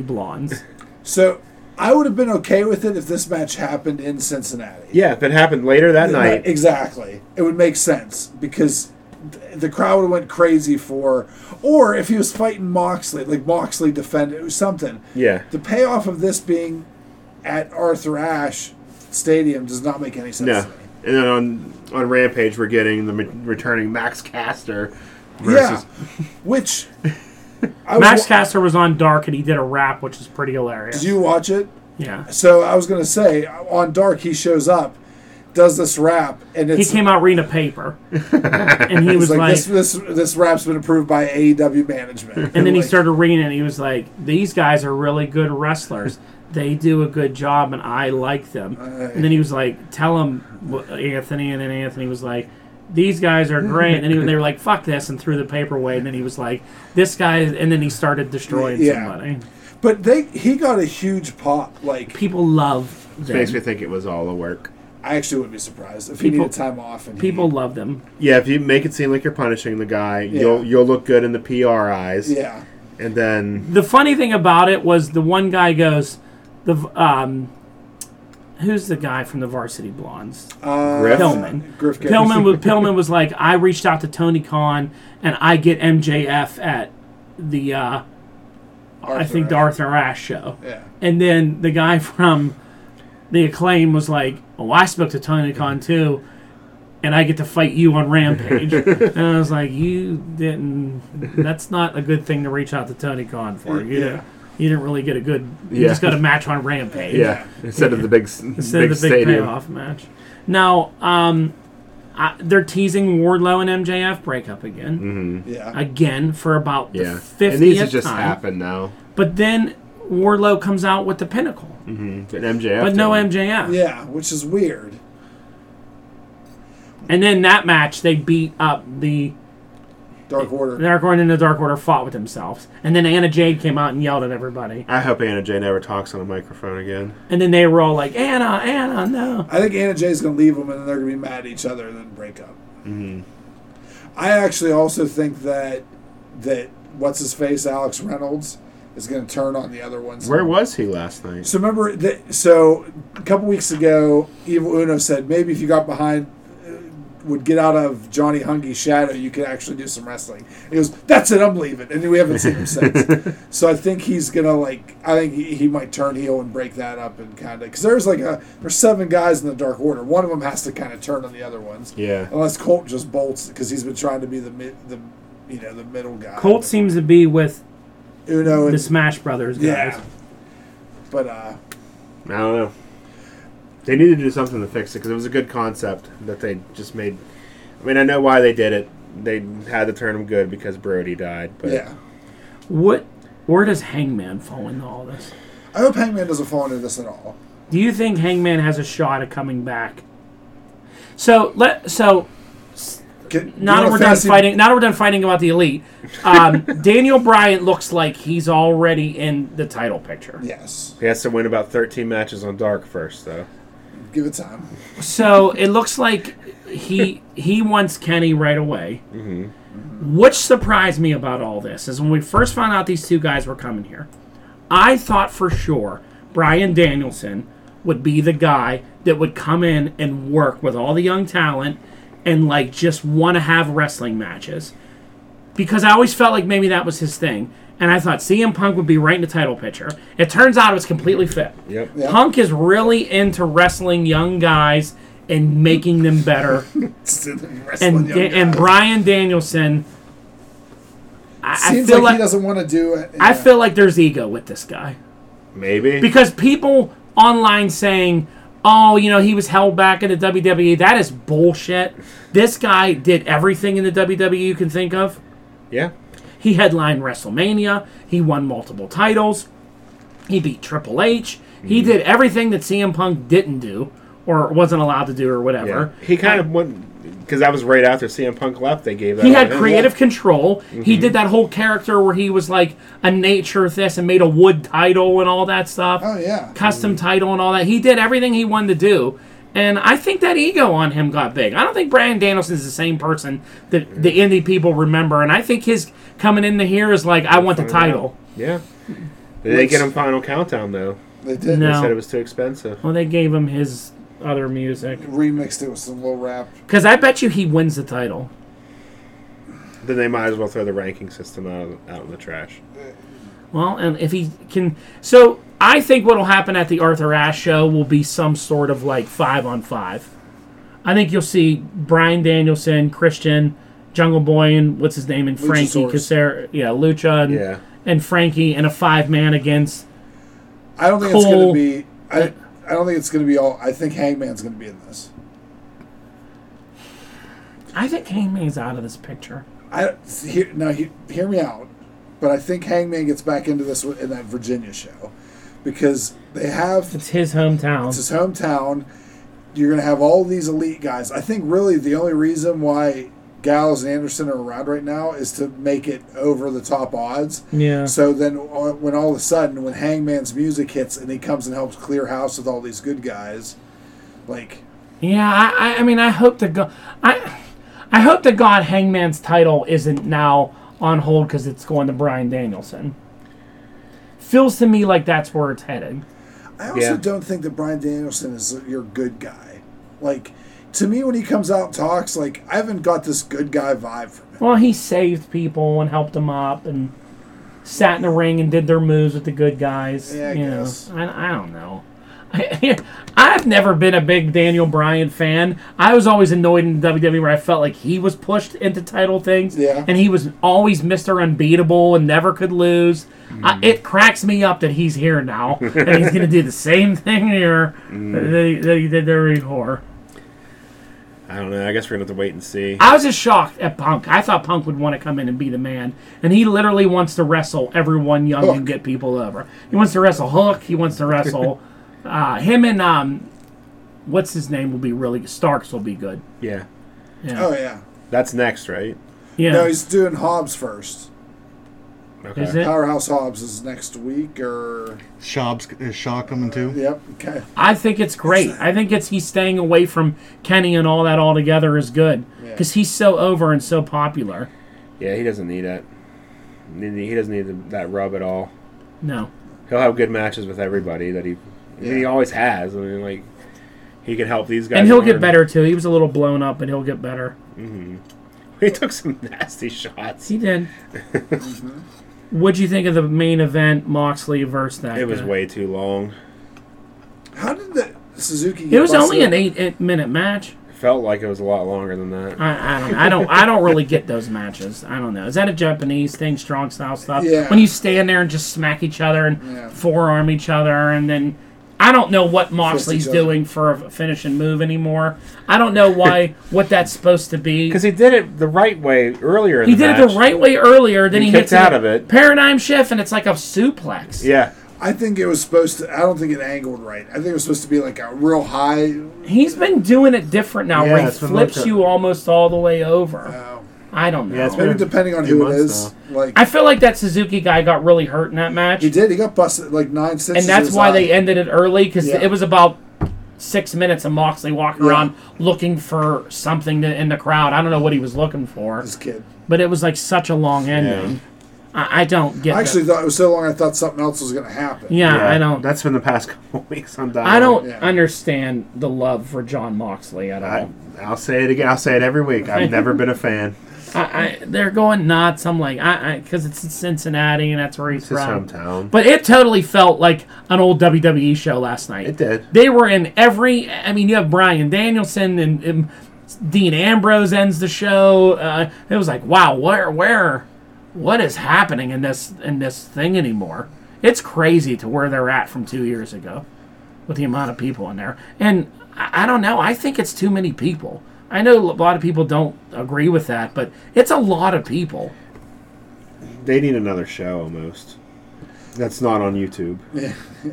Speaker 2: Blondes?
Speaker 1: So I would have been okay with it if this match happened in Cincinnati.
Speaker 4: Yeah, if it happened later that night,
Speaker 1: Exactly. It would make sense because th- the crowd would went crazy for, or if he was fighting Moxley, like Moxley defended or something.
Speaker 4: yeah.
Speaker 1: The payoff of this being at Arthur Ashe Stadium does not make any sense.
Speaker 3: Yeah.
Speaker 1: To me.
Speaker 3: And then on on Rampage, we're getting the ma- returning Max Caster
Speaker 1: Yeah,
Speaker 3: versus
Speaker 1: which I was
Speaker 2: Max
Speaker 1: wa-
Speaker 2: Caster was on Dark and he did a rap, which is pretty hilarious.
Speaker 1: Did you watch it?
Speaker 2: yeah.
Speaker 1: So I was gonna say on Dark he shows up, does this rap, and
Speaker 2: He
Speaker 1: it's
Speaker 2: came out reading a paper. and he
Speaker 1: it's
Speaker 2: was
Speaker 1: like,
Speaker 2: like,
Speaker 1: this this this rap's been approved by AEW management.
Speaker 2: and then he
Speaker 1: Like,
Speaker 2: started reading it and he was like, these guys are really good wrestlers. They do a good job and I like them. and then he was like, tell him, Anthony. And then Anthony was like, these guys are great. And then he, they were like, fuck this, and threw the paper away. And then he was like, this guy, is-" and then he started destroying
Speaker 1: Yeah.
Speaker 2: somebody.
Speaker 1: But they he got a huge pop. Like
Speaker 2: People love
Speaker 3: makes me
Speaker 2: them.
Speaker 3: think it was all a work.
Speaker 1: I actually wouldn't be surprised if he
Speaker 2: People-
Speaker 1: needed time off. And he-
Speaker 2: People love them.
Speaker 3: Yeah, if you make it seem like you're punishing the guy, you'll you'll look good in the PR eyes.
Speaker 1: yeah,
Speaker 3: And then
Speaker 2: The funny thing about it was the one guy goes, the v- um, who's the guy from the Varsity Blondes?
Speaker 1: uh,
Speaker 3: Griff?
Speaker 2: Pillman.
Speaker 1: Griff Garrison.
Speaker 2: Pillman was Pillman was like, I reached out to Tony Khan and I get MJF at the uh, I
Speaker 1: Arthur
Speaker 2: think the
Speaker 1: Ashe.
Speaker 2: Arthur Ashe show,
Speaker 1: Yeah.
Speaker 2: and then the guy from the acclaim was like, Oh, I spoke to Tony Khan too. And I get to fight you on Rampage, and I was like, "You didn't. That's not a good thing to reach out to Tony Khan for. You,
Speaker 1: Yeah.
Speaker 2: you didn't really get a good. You
Speaker 3: Yeah.
Speaker 2: just got a match on Rampage
Speaker 3: yeah, instead of the big s-
Speaker 2: instead
Speaker 3: big
Speaker 2: of the big
Speaker 3: stadium.
Speaker 2: payoff match. Now, um, I, they're teasing Wardlow and MJF breakup again,
Speaker 1: Yeah.
Speaker 2: again for about the
Speaker 3: Mm-hmm. Yeah, and these
Speaker 2: fiftieth
Speaker 3: have just
Speaker 2: time.
Speaker 3: happened now.
Speaker 2: But then Wardlow comes out with the Pinnacle,
Speaker 3: But MJF,
Speaker 2: but no
Speaker 3: didn't.
Speaker 2: MJF.
Speaker 1: yeah, which is weird.
Speaker 2: And then that match, they beat up the
Speaker 1: Dark Order.
Speaker 2: Dark Order and the Dark Order fought with themselves. And then Anna Jade came out and yelled at everybody.
Speaker 3: I hope Anna Jay never talks on a microphone again.
Speaker 2: And then they were all like, Anna, Anna, no.
Speaker 1: I think Anna Jay's going to leave them, and then they're going to be mad at each other and then break up. I actually also think that that what's his face Alex Reynolds is going to turn on the other ones.
Speaker 3: Where was he last night?
Speaker 1: So remember, that, so a couple weeks ago, Evil Uno said maybe if you got behind, uh, would get out of Johnny Hungy's shadow, you could actually do some wrestling. And he goes, "That's it, I'm leaving," and we haven't seen him since. so I think he's gonna like, I think he, he might turn heel and break that up and kind of because there's like a there's seven guys in the Dark Order. One of them has to kind of turn on the other ones.
Speaker 3: Yeah,
Speaker 1: Unless Colt just bolts because he's been trying to be the mid, the you know the middle guy.
Speaker 2: Colt seems to be with
Speaker 1: Uno,
Speaker 2: the
Speaker 1: and,
Speaker 2: Smash Brothers guys.
Speaker 1: yeah. But uh,
Speaker 3: I don't know. They need to do something to fix it because it was a good concept that they just made. I mean, I know why they did it. They had to turn him good because Brody died. But
Speaker 1: yeah.
Speaker 2: What? Where does Hangman fall into all this?
Speaker 1: I hope Hangman doesn't fall into this at all.
Speaker 2: Do you think Hangman has a shot at coming back? So let so
Speaker 1: Can,
Speaker 2: now that we're done fighting, now that we're done fighting about the elite, um, Daniel Bryan looks like he's already in the title picture.
Speaker 1: Yes.
Speaker 4: He has to win about 13 matches on Dark first, though.
Speaker 1: Give it time.
Speaker 2: So it looks like he he wants Kenny right away. Which surprised me about all this is when we first found out these two guys were coming here, I thought for sure Brian Danielson would be the guy that would come in and work with all the young talent and like just want to have wrestling matches. Because I always felt like maybe that was his thing. And I thought CM Punk would be right in the title picture. It turns out it was completely fit.
Speaker 4: Yep.
Speaker 1: Yeah.
Speaker 2: Punk is really into wrestling young guys and making them better.
Speaker 1: Wrestling
Speaker 2: and
Speaker 1: young
Speaker 2: and
Speaker 1: guys.
Speaker 2: Brian Danielson I, I
Speaker 1: Seems
Speaker 2: feel
Speaker 1: like,
Speaker 2: like,
Speaker 1: he doesn't want to do it.
Speaker 2: I
Speaker 1: Yeah.
Speaker 2: feel like there's ego with this guy
Speaker 4: Maybe.
Speaker 2: because people online saying, "Oh, you know, he was held back in the WWE." That is bullshit. This guy did everything in the WWE you can think of.
Speaker 4: yeah.
Speaker 2: He headlined WrestleMania. He won multiple titles. He beat Triple H. He did everything that CM Punk didn't do or wasn't allowed to do or
Speaker 4: Yeah.
Speaker 2: whatever.
Speaker 4: He kind of went because that was right after CM Punk left. They gave that.
Speaker 2: He
Speaker 4: all
Speaker 2: had
Speaker 4: to him.
Speaker 2: creative control. He did that whole character where he was like a nature this and made a wood title and all that stuff.
Speaker 1: Oh yeah.
Speaker 2: Custom title and all that. He did everything he wanted to do. And I think that ego on him got big. I don't think Brian Danielson is the same person that the indie people remember. And I think his coming into here is like, I want the
Speaker 4: Find out.
Speaker 2: title.
Speaker 4: Yeah. Did they get him Final Countdown though?
Speaker 1: They did
Speaker 2: No.
Speaker 4: They said it was too expensive.
Speaker 2: Well, they gave him his other music.
Speaker 1: remixed it with some little rap.
Speaker 2: Because I bet you he wins the title.
Speaker 4: Then they might as well throw the ranking system out out in the trash.
Speaker 2: Well, and if he can. So I think what will happen at the Arthur Ashe show will be some sort of like five on five. I think you'll see Brian Danielson, Christian, Jungle Boy, and what's his name, and Frankie.
Speaker 1: Luchasaurus.
Speaker 2: Casera, yeah, Lucha and,
Speaker 4: Yeah.
Speaker 2: and Frankie, and a five man against.
Speaker 1: I don't think it's
Speaker 2: Cole-
Speaker 1: gonna be. I, I don't think it's gonna be all. I think Hangman's gonna be in this.
Speaker 2: I think Hangman's out of this picture.
Speaker 1: I hear, now he, hear me out, but I think Hangman gets back into this w- in that Virginia show because they have
Speaker 2: It's his hometown.
Speaker 1: it's his hometown. You're gonna have all these elite guys. I think really the only reason why Gals and Anderson are around right now is to make it over the top odds.
Speaker 2: yeah.
Speaker 1: So then, uh, when all of a sudden, when Hangman's music hits and he comes and helps clear house with all these good guys, like
Speaker 2: Yeah, I, I, I mean, I hope to go. I, I hope that God Hangman's title isn't now on hold because it's going to Brian Danielson. Feels to me like that's where it's headed.
Speaker 1: I also
Speaker 4: Yeah.
Speaker 1: don't think that Brian Danielson is your good guy. Like to me, when he comes out and talks, like I haven't got this good guy vibe from him.
Speaker 2: Well, he saved people and helped them up and sat in the ring and did their moves with the good guys.
Speaker 1: Yeah, I
Speaker 2: you
Speaker 1: guess.
Speaker 2: know, I, I don't know. I've never been a big Daniel Bryan fan. I was always annoyed in WWE where I felt like he was pushed into title things,
Speaker 1: Yeah.
Speaker 2: and he was always Mister Unbeatable and never could lose.
Speaker 1: Mm.
Speaker 2: I, it cracks me up that he's here now and he's going to do the same thing here
Speaker 1: Mm.
Speaker 2: that, he, that he did there before.
Speaker 4: I don't know. I guess we're gonna have to wait and see.
Speaker 2: I was just shocked at Punk. I thought Punk would want to come in and be the man, and he literally wants to wrestle everyone young
Speaker 1: Hook.
Speaker 2: and get people over. He wants to wrestle Hook. He wants to wrestle uh, him and um, what's his name will be really Starks will be good.
Speaker 4: Yeah.
Speaker 2: Yeah,
Speaker 1: Oh yeah,
Speaker 4: That's next, right?
Speaker 2: yeah.
Speaker 1: no, he's doing Hobbs first.
Speaker 4: Okay.
Speaker 2: is it?
Speaker 1: Powerhouse Hobbs is next week, or
Speaker 5: Shob's is Shaw coming too?
Speaker 1: yep, okay.
Speaker 2: I think it's great. I think it's he's staying away from Kenny and all that altogether is good because he's so over and so popular.
Speaker 4: Yeah, he doesn't need it. He he doesn't need that rub at all.
Speaker 2: No,
Speaker 4: He'll have good matches with everybody that he. I mean, he
Speaker 1: Yeah.
Speaker 4: always has. I mean, like he can help these guys.
Speaker 2: and he'll get
Speaker 4: learn.
Speaker 2: better too. He was a little blown up, but he'll get better.
Speaker 4: He took some nasty shots.
Speaker 2: He did.
Speaker 1: Mm-hmm.
Speaker 2: What'd you think of the main event, Moxley versus that?
Speaker 4: It was
Speaker 2: guy?
Speaker 4: way too long.
Speaker 1: How did the Suzuki? Get
Speaker 2: It was only
Speaker 1: busted?
Speaker 2: an eight eight minute match.
Speaker 4: It felt like it was a lot longer than that.
Speaker 2: I, I don't. I don't. I don't really get those matches. I don't know. Is that a Japanese thing, strong style stuff?
Speaker 1: Yeah.
Speaker 2: When you stand there and just smack each other and
Speaker 1: Yeah.
Speaker 2: forearm each other, and then I don't know what Moxley's
Speaker 1: each other.
Speaker 2: doing for a finishing move anymore. I don't know why what that's supposed to be.
Speaker 4: Because he did it the right way earlier. In
Speaker 2: He
Speaker 4: the
Speaker 2: did
Speaker 4: match.
Speaker 2: it the right way earlier. Then he,
Speaker 4: He
Speaker 2: hits
Speaker 4: kicked out
Speaker 2: a
Speaker 4: of it.
Speaker 2: Paradigm shift, and it's like a suplex.
Speaker 4: Yeah,
Speaker 1: I think it was supposed to. I don't think it angled right. I think it was supposed to be like a real high.
Speaker 2: He's been doing it different now.
Speaker 5: Yeah,
Speaker 2: where he
Speaker 5: it's been
Speaker 2: flips
Speaker 5: like a-
Speaker 2: you almost all the way over.
Speaker 1: Um,
Speaker 2: I don't know.
Speaker 5: Yeah, it's been-
Speaker 1: maybe depending on
Speaker 5: Two
Speaker 1: who it
Speaker 5: months
Speaker 1: is. Like
Speaker 2: I feel like that Suzuki guy got really hurt in that match,
Speaker 1: he did, he got busted like nine stitches.
Speaker 2: and that's
Speaker 1: in his
Speaker 2: why
Speaker 1: eye.
Speaker 2: they ended it early because
Speaker 1: Yeah.
Speaker 2: it was about six minutes of Moxley walking
Speaker 1: Yeah.
Speaker 2: around looking for something to, in the crowd. I don't know what he was looking for,
Speaker 1: this kid.
Speaker 2: but it was like such a long ending. I, I don't get.
Speaker 1: I actually
Speaker 2: that.
Speaker 1: thought it was so long. I thought something else was going to happen.
Speaker 2: yeah,
Speaker 3: Yeah,
Speaker 2: Uh, I don't.
Speaker 3: That's been the past couple weeks on Dynamite.
Speaker 2: I don't
Speaker 1: yeah.
Speaker 2: understand the love for John Moxley at all.
Speaker 3: I, I'll say it again. I'll say it every week. I've never been a fan.
Speaker 2: I, I they're going nuts. I'm like, I because it's in Cincinnati and that's where he's
Speaker 3: It's his
Speaker 2: from.
Speaker 3: hometown.
Speaker 2: But it totally felt like an old WWE show last night.
Speaker 3: It did.
Speaker 2: They were in every. I mean, you have Brian Danielson and, and Dean Ambrose ends the show. Uh, it was like, wow, where where what is happening in this in this thing anymore? It's crazy to where they're at from two years ago, with the amount of people in there. And I, I don't know. I think it's too many people. I know a lot of people don't agree with that, but it's a lot of people.
Speaker 4: They need another show almost. That's not on YouTube.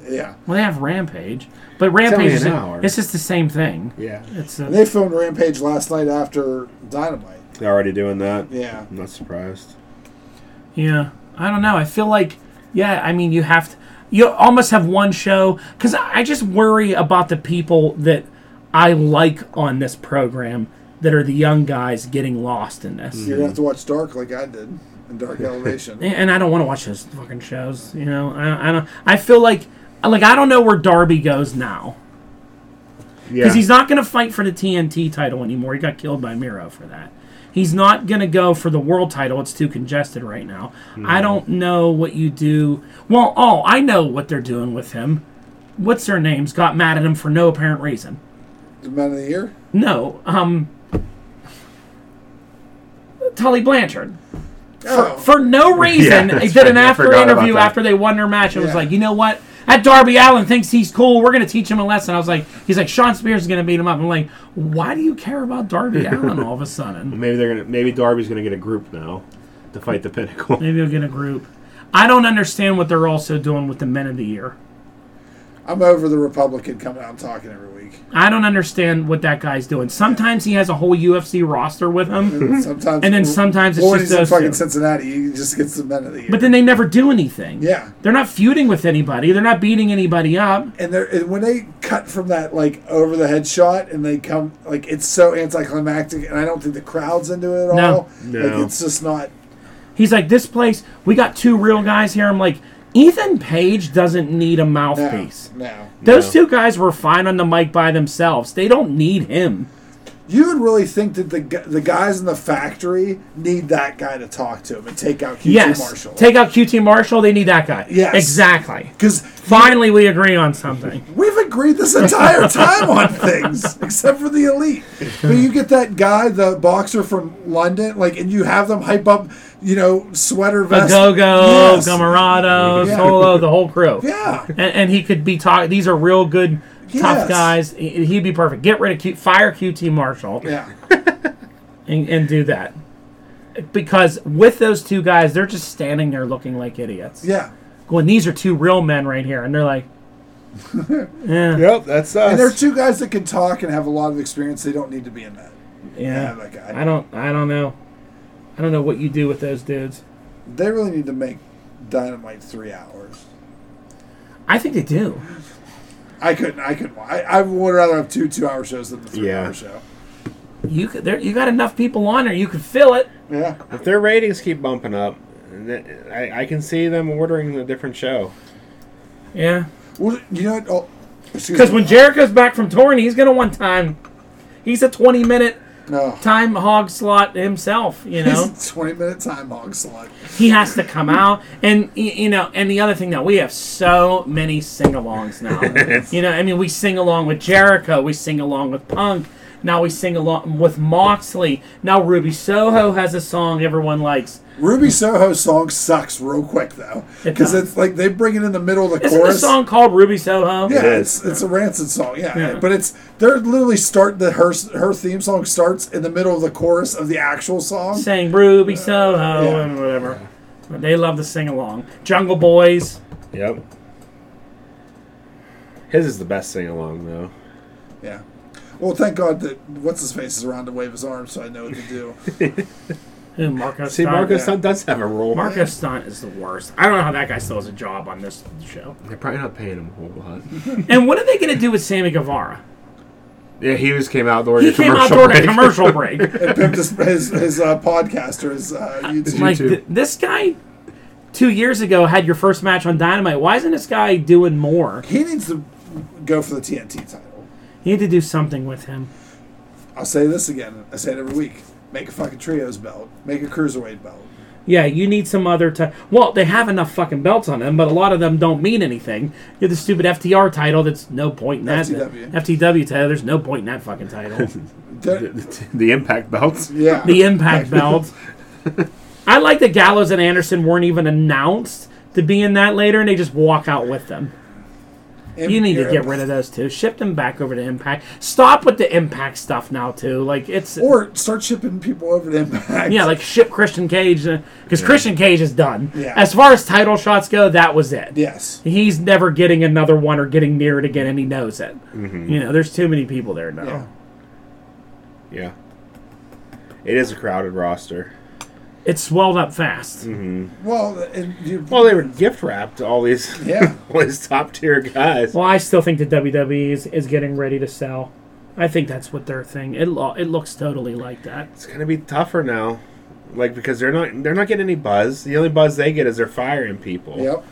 Speaker 1: Yeah.
Speaker 2: Well, they have Rampage, but Rampage
Speaker 4: only
Speaker 2: is
Speaker 4: an hour.
Speaker 2: it's just the same thing.
Speaker 4: Yeah,
Speaker 2: It's a,
Speaker 1: And they filmed Rampage last night after Dynamite.
Speaker 4: they're already doing that.
Speaker 1: Yeah.
Speaker 4: I'm not surprised.
Speaker 2: Yeah, I don't know. I feel like, yeah, I mean, you have to, you almost have one show because I just worry about the people that I like on this program that are the young guys getting lost in this.
Speaker 1: You're gonna have to watch Dark like I did in Dark Elevation.
Speaker 2: And I don't want to watch those fucking shows. You know, I, I don't. I feel like, like I don't know where Darby goes now
Speaker 4: Yeah,
Speaker 2: because he's not going to fight for the TNT title anymore. He got killed by Miro for that. He's not going to go for the world title. It's too congested right now. I don't know what you do. Well, oh, I know what they're doing with him. What's their names? Got mad at him for no apparent reason.
Speaker 1: the Men of the Year.
Speaker 2: No, um, Tully Blanchard.
Speaker 1: Oh,
Speaker 2: For no reason,
Speaker 4: that's
Speaker 2: they did an
Speaker 4: right. I
Speaker 2: after
Speaker 4: forgot about
Speaker 2: interview
Speaker 4: that.
Speaker 2: after they won their match. It was
Speaker 1: Yeah.
Speaker 2: like, you know what? That Darby Allen thinks he's cool. We're gonna teach him a lesson. I was like, he's like, Sean Spears is gonna beat him up. I'm like, why do you care about Darby Allen all of a sudden?
Speaker 3: Maybe they're gonna. Maybe Darby's gonna get a group now to fight the Pinnacle.
Speaker 2: Maybe he'll get a group. I don't understand what they're also doing with the Men of the Year.
Speaker 1: I'm over the Republican coming out and talking every week.
Speaker 2: I don't understand what that guy's doing. Sometimes he has a whole UFC roster with him,
Speaker 1: Sometimes
Speaker 2: and then sometimes it's
Speaker 1: Boy,
Speaker 2: just
Speaker 1: he's in
Speaker 2: those
Speaker 1: fucking
Speaker 2: two.
Speaker 1: Cincinnati. He just gets the Men of the Year.
Speaker 2: But then they never do anything.
Speaker 1: yeah.
Speaker 2: They're not feuding with anybody. They're not beating anybody up.
Speaker 1: and they're and when they cut from that like over the head shot and they come like it's so anticlimactic and I don't think the crowd's into it at
Speaker 2: No.
Speaker 1: all.
Speaker 4: No.
Speaker 1: Like it's just not
Speaker 2: He's like, this place, we got two real guys here. I'm like, Ethan Page doesn't need a
Speaker 1: no,
Speaker 2: mouthpiece.
Speaker 1: no.
Speaker 2: Those two guys were fine on the mic by themselves. They don't need him.
Speaker 1: You would really think that the gu- the guys in the factory need that guy to talk to him and take out QT
Speaker 2: yes.
Speaker 1: Marshall.
Speaker 2: Take out QT Marshall. They need that guy.
Speaker 1: Yes.
Speaker 2: Exactly.
Speaker 1: because
Speaker 2: Finally, we agree on something.
Speaker 1: we've agreed this entire time on things except for the elite. But you get that guy, the boxer from London, like, and you have them hype up, you know, sweater vest,
Speaker 2: Agogo,
Speaker 1: Yes.
Speaker 2: Gamarado,
Speaker 1: Yeah.
Speaker 2: Solo, the whole crew.
Speaker 1: yeah,
Speaker 2: And, and he could be talk. These are real good,
Speaker 1: Yes.
Speaker 2: tough guys. He- He'd be perfect. Get rid of Q. Fire QT Marshall.
Speaker 1: yeah.
Speaker 2: and, and do that. Because with those two guys, they're just standing there looking like idiots.
Speaker 1: Yeah.
Speaker 2: Going, these are two real men right here. And they're like,
Speaker 4: yep, that's
Speaker 1: And they're
Speaker 4: us.
Speaker 1: two guys that can talk and have a lot of experience. They don't need to be in that. Yeah,
Speaker 2: yeah,
Speaker 1: that guy.
Speaker 2: I don't, I don't know. I don't know what you do with those dudes.
Speaker 1: They really need to make Dynamite three hours.
Speaker 2: I think they do.
Speaker 1: I couldn't. I couldn't. I, I would rather have two two-hour shows than the three-hour
Speaker 4: Yeah.
Speaker 1: show.
Speaker 2: You could, there, you got enough people on there. You could fill it.
Speaker 1: Yeah.
Speaker 4: If their ratings keep bumping up, th- I, I can see them ordering a different show.
Speaker 2: Yeah.
Speaker 1: Well, you know what? Oh, excuse
Speaker 2: Because
Speaker 1: me.
Speaker 2: when Jericho's back from touring, he's gonna one time. He's a twenty minute
Speaker 1: no,
Speaker 2: time hog slot himself. You know.
Speaker 1: he's a twenty-minute time hog slot.
Speaker 2: he has to come out and y- you know and the other thing now we have so many sing-alongs now you know i mean we sing along with jericho we sing along with punk now we sing along with moxley now ruby soho has a song everyone likes
Speaker 1: Ruby Soho's song sucks real quick though,
Speaker 2: It
Speaker 1: because
Speaker 2: does.
Speaker 1: it's like they bring it in the middle of the
Speaker 2: isn't the
Speaker 1: chorus.
Speaker 2: song called ruby soho
Speaker 1: yeah,
Speaker 4: It is.
Speaker 1: it's it's a rancid song. Yeah,
Speaker 2: Yeah.
Speaker 1: but it's they're literally start the her her theme song starts in the middle of the chorus of the actual song.
Speaker 2: saying ruby soho
Speaker 1: yeah.
Speaker 2: and whatever But they love to sing along jungle boys
Speaker 4: Yep. His is the best sing along though.
Speaker 1: Yeah. Well, thank God that what's his face is around to wave his arm, so I know what to do.
Speaker 2: who marco
Speaker 4: See,
Speaker 2: Stunt.
Speaker 4: Marco Stunt does have a role.
Speaker 2: marco stunt is the worst i don't know how that guy still has a job on this show
Speaker 3: They're probably not paying him a whole lot.
Speaker 2: and what are they going to do with sammy guevara
Speaker 3: Yeah, he was came out during
Speaker 2: He
Speaker 3: a
Speaker 2: came out
Speaker 3: commercial
Speaker 2: during
Speaker 3: break.
Speaker 2: a commercial break.
Speaker 1: and pimped his his, his uh, podcast or his uh, YouTube.
Speaker 2: like
Speaker 3: too.
Speaker 2: th- this guy, two years ago had your first match on Dynamite. Why isn't this guy doing more?
Speaker 1: he needs to go for the TNT title.
Speaker 2: You need to do something with him.
Speaker 1: I'll say this again. I say it every week. Make a fucking trios belt. Make a cruiserweight belt.
Speaker 2: Yeah, you need some other time. Well, they have enough fucking belts on them, but a lot of them don't mean anything. You have the stupid FTR title. That's no point in that.
Speaker 1: FTW.
Speaker 2: FTW title. There's no point in that fucking title.
Speaker 1: There-
Speaker 3: the impact belts.
Speaker 1: yeah.
Speaker 2: the Impact belt. I like that Gallows and Anderson weren't even announced to be in that later, and they just walk out with them. You need to get rid of those two. Ship them back over to Impact. Stop with the Impact stuff now too. Like it's
Speaker 1: Or start shipping people over to Impact.
Speaker 2: yeah, like ship Christian Cage because Christian Cage is done.
Speaker 1: Yeah.
Speaker 2: As far as title shots go, that was it.
Speaker 1: yes.
Speaker 2: He's never getting another one or getting near it again, and he knows it. You know, there's too many people there now.
Speaker 1: Mm-hmm. Yeah.
Speaker 4: Yeah. It is a crowded roster.
Speaker 2: It swelled up fast.
Speaker 1: Mm-hmm. Well, and you,
Speaker 4: Well, they were gift wrapped all these
Speaker 1: Yeah.
Speaker 4: all these top tier guys.
Speaker 2: Well, I still think the WWE E is, is getting ready to sell. I think that's what their thing. It lo- it looks totally like that.
Speaker 4: it's gonna be tougher now, like because they're not they're not getting any buzz. The only buzz they get is they're firing people.
Speaker 1: Yep.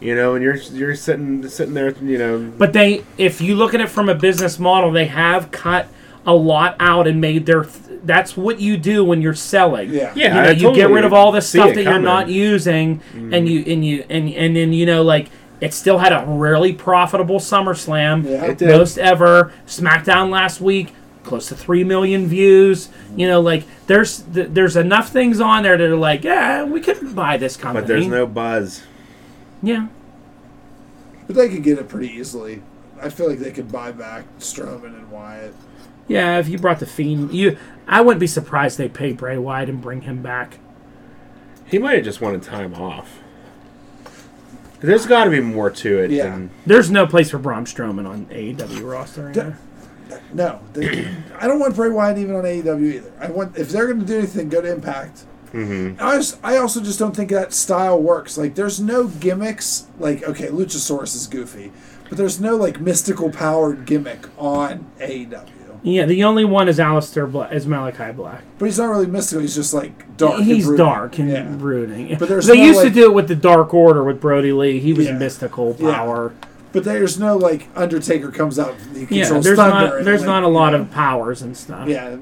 Speaker 4: You know, and you're you're sitting sitting there. You know,
Speaker 2: But they, if you look at it from a business model, they have cut a lot out and made their. Th- that's what you do when you're selling.
Speaker 1: Yeah.
Speaker 4: yeah,
Speaker 2: you know,
Speaker 4: I
Speaker 2: you get
Speaker 4: totally
Speaker 2: rid of all the
Speaker 4: see
Speaker 2: stuff
Speaker 4: it
Speaker 2: that you're
Speaker 4: coming.
Speaker 2: not using,
Speaker 1: Mm-hmm.
Speaker 2: and you and you and and then you know like it still had a really profitable SummerSlam,
Speaker 1: Yeah. It
Speaker 4: did.
Speaker 2: most ever. SmackDown last week, close to three million views. You know, like there's th- there's enough things on there that are like, yeah, we could buy this company.
Speaker 4: But there's no buzz.
Speaker 2: yeah.
Speaker 1: But they could get it pretty easily. I feel like they could buy back Strowman and Wyatt.
Speaker 2: Yeah, if you brought the fiend, you I wouldn't be surprised they pay Bray Wyatt and bring him back.
Speaker 4: He might have just wanted time off. There's got to be more to it.
Speaker 1: Yeah.
Speaker 4: than-
Speaker 2: There's no place for Braun Strowman on AEW roster. Right now.
Speaker 1: No, they, I don't want Bray Wyatt even on AEW either. I want if they're going to do anything, go to Impact. Mm-hmm. I, just, I also just don't think that style works. Like, there's no gimmicks. Like, okay, Luchasaurus is goofy, but there's no like mystical powered gimmick on E AEW.
Speaker 2: Yeah, the only one is Alistair Bla- is Malachi Black.
Speaker 1: But he's not really mystical. He's just like dark. and
Speaker 2: He's
Speaker 1: brooding.
Speaker 2: dark and
Speaker 1: yeah.
Speaker 2: brooding.
Speaker 1: But there's
Speaker 2: they
Speaker 1: no,
Speaker 2: used
Speaker 1: like-
Speaker 2: to do it with the Dark Order with Brody Lee. He was
Speaker 1: Yeah.
Speaker 2: mystical
Speaker 1: Yeah.
Speaker 2: power.
Speaker 1: But there's no like Undertaker comes out. and He
Speaker 2: Yeah,
Speaker 1: controls
Speaker 2: there's
Speaker 1: thunder.
Speaker 2: not
Speaker 1: and,
Speaker 2: there's
Speaker 1: like,
Speaker 2: not a lot of powers and stuff.
Speaker 1: Yeah,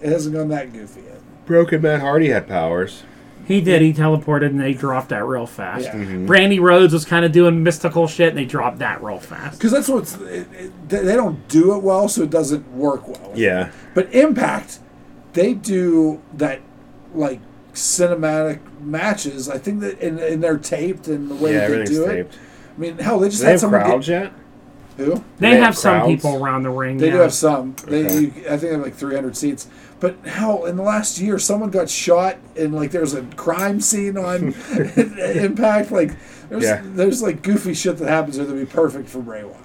Speaker 1: it hasn't gone that goofy yet.
Speaker 4: Broken Matt Hardy had powers.
Speaker 2: He did. He teleported and they dropped that real fast.
Speaker 1: Yeah.
Speaker 4: Mm-hmm.
Speaker 2: Brandy Rhodes was kind of doing mystical shit and they dropped that real fast.
Speaker 1: Because that's what's it, it, they they don't do it well, so it doesn't work well.
Speaker 4: Yeah.
Speaker 1: But Impact, they do that like cinematic matches. I think that and, and they're taped and the way
Speaker 4: Yeah,
Speaker 1: that they
Speaker 4: everything's
Speaker 1: do
Speaker 4: taped.
Speaker 1: it. I mean, hell, they just
Speaker 4: Do they have
Speaker 1: had someone
Speaker 4: crowds
Speaker 1: get,
Speaker 4: yet?
Speaker 1: who
Speaker 2: They,
Speaker 4: They
Speaker 2: have,
Speaker 4: have
Speaker 2: some
Speaker 4: crowds?
Speaker 2: people around the ring.
Speaker 1: they do
Speaker 2: yeah.
Speaker 1: have some. They
Speaker 4: Okay.
Speaker 1: you, I think they have like 300 seats. But hell, in the last year, someone got shot and like there's a crime scene on Impact. Like there's
Speaker 4: Yeah.
Speaker 1: there's like goofy shit that happens there that'd be perfect for Bray Wyatt.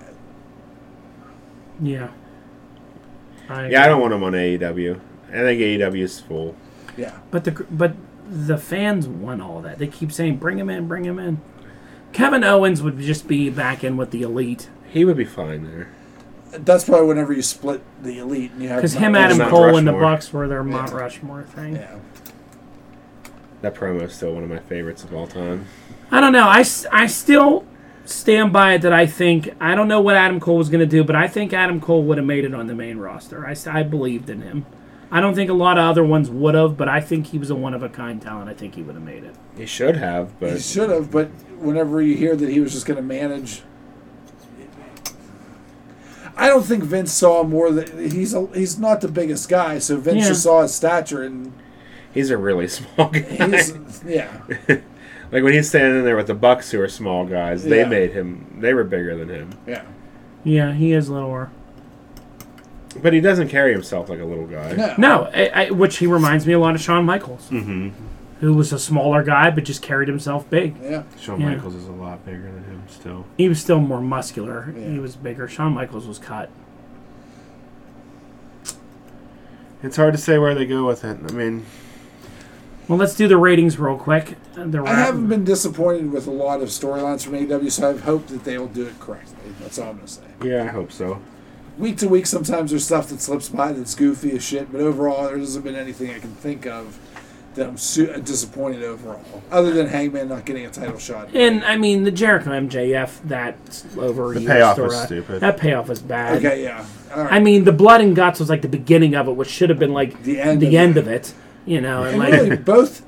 Speaker 2: Yeah. I
Speaker 4: Yeah, I don't want him on AEW. I think AEW's full.
Speaker 1: Yeah.
Speaker 2: But the but the fans want all that. They keep saying, "Bring him in, bring him in." Kevin Owens would just be back in with the elite
Speaker 4: He would be fine there.
Speaker 1: That's probably whenever you split the elite and you have
Speaker 2: because him,
Speaker 1: Mount-
Speaker 2: Adam
Speaker 4: Mount
Speaker 2: Cole, and the
Speaker 4: Rushmore.
Speaker 2: Bucks were their Mount Rushmore thing.
Speaker 1: Yeah.
Speaker 4: That promo is still one of my favorites of all time.
Speaker 2: I don't know. I, s- I still stand by it that I think I don't know what Adam Cole was going to do, but I think Adam Cole would have made it on the main roster. I, s- I believed in him. I don't think a lot of other ones would have, but I think he was a one of a kind talent. I think he would have made it.
Speaker 4: He should have,
Speaker 1: He
Speaker 4: but
Speaker 1: should have, but whenever you hear that he was just going to manage, I don't think Vince saw more than he's a, he's not the biggest guy, so Vince
Speaker 2: Yeah.
Speaker 1: just saw his stature and
Speaker 4: he's a really small guy.
Speaker 1: he's yeah
Speaker 4: like when he's standing there with the Bucks, who are small guys, they
Speaker 1: Yeah.
Speaker 4: made him. They were bigger than him,
Speaker 1: yeah
Speaker 2: Yeah, he is lower.
Speaker 4: but he doesn't carry himself like a little guy.
Speaker 1: no
Speaker 2: No, I, I, which he reminds me a lot of Shawn Michaels, mm-hmm. who was a smaller guy but just carried himself big.
Speaker 1: yeah
Speaker 3: Shawn
Speaker 2: Yeah.
Speaker 3: Michaels is a lot bigger than him still.
Speaker 2: He was still more muscular.
Speaker 1: Yeah.
Speaker 2: He was bigger. Shawn Michaels was cut.
Speaker 3: It's hard to say where they go with it. I mean,
Speaker 2: Well, let's do the ratings real quick. Uh, The
Speaker 1: I
Speaker 2: ra-
Speaker 1: haven't been disappointed with a lot of storylines from AEW, so I've hoped that they will do it correctly. That's all I'm gonna say.
Speaker 4: Yeah, I hope so.
Speaker 1: Week to week, sometimes there's stuff that slips by that's goofy as shit, but overall, there hasn't been anything I can think of that I'm su- disappointed overall, other than Hangman not getting a title shot.
Speaker 2: And I mean the Jericho MJF that's over. The
Speaker 3: payoff was stupid.
Speaker 2: That payoff was bad.
Speaker 1: Okay, yeah. All right.
Speaker 2: I mean the blood and guts was like the beginning of it, which should have been like
Speaker 1: The end
Speaker 2: the
Speaker 1: of
Speaker 2: end
Speaker 1: it.
Speaker 2: of it. You know, and
Speaker 1: And
Speaker 2: like
Speaker 1: really, both.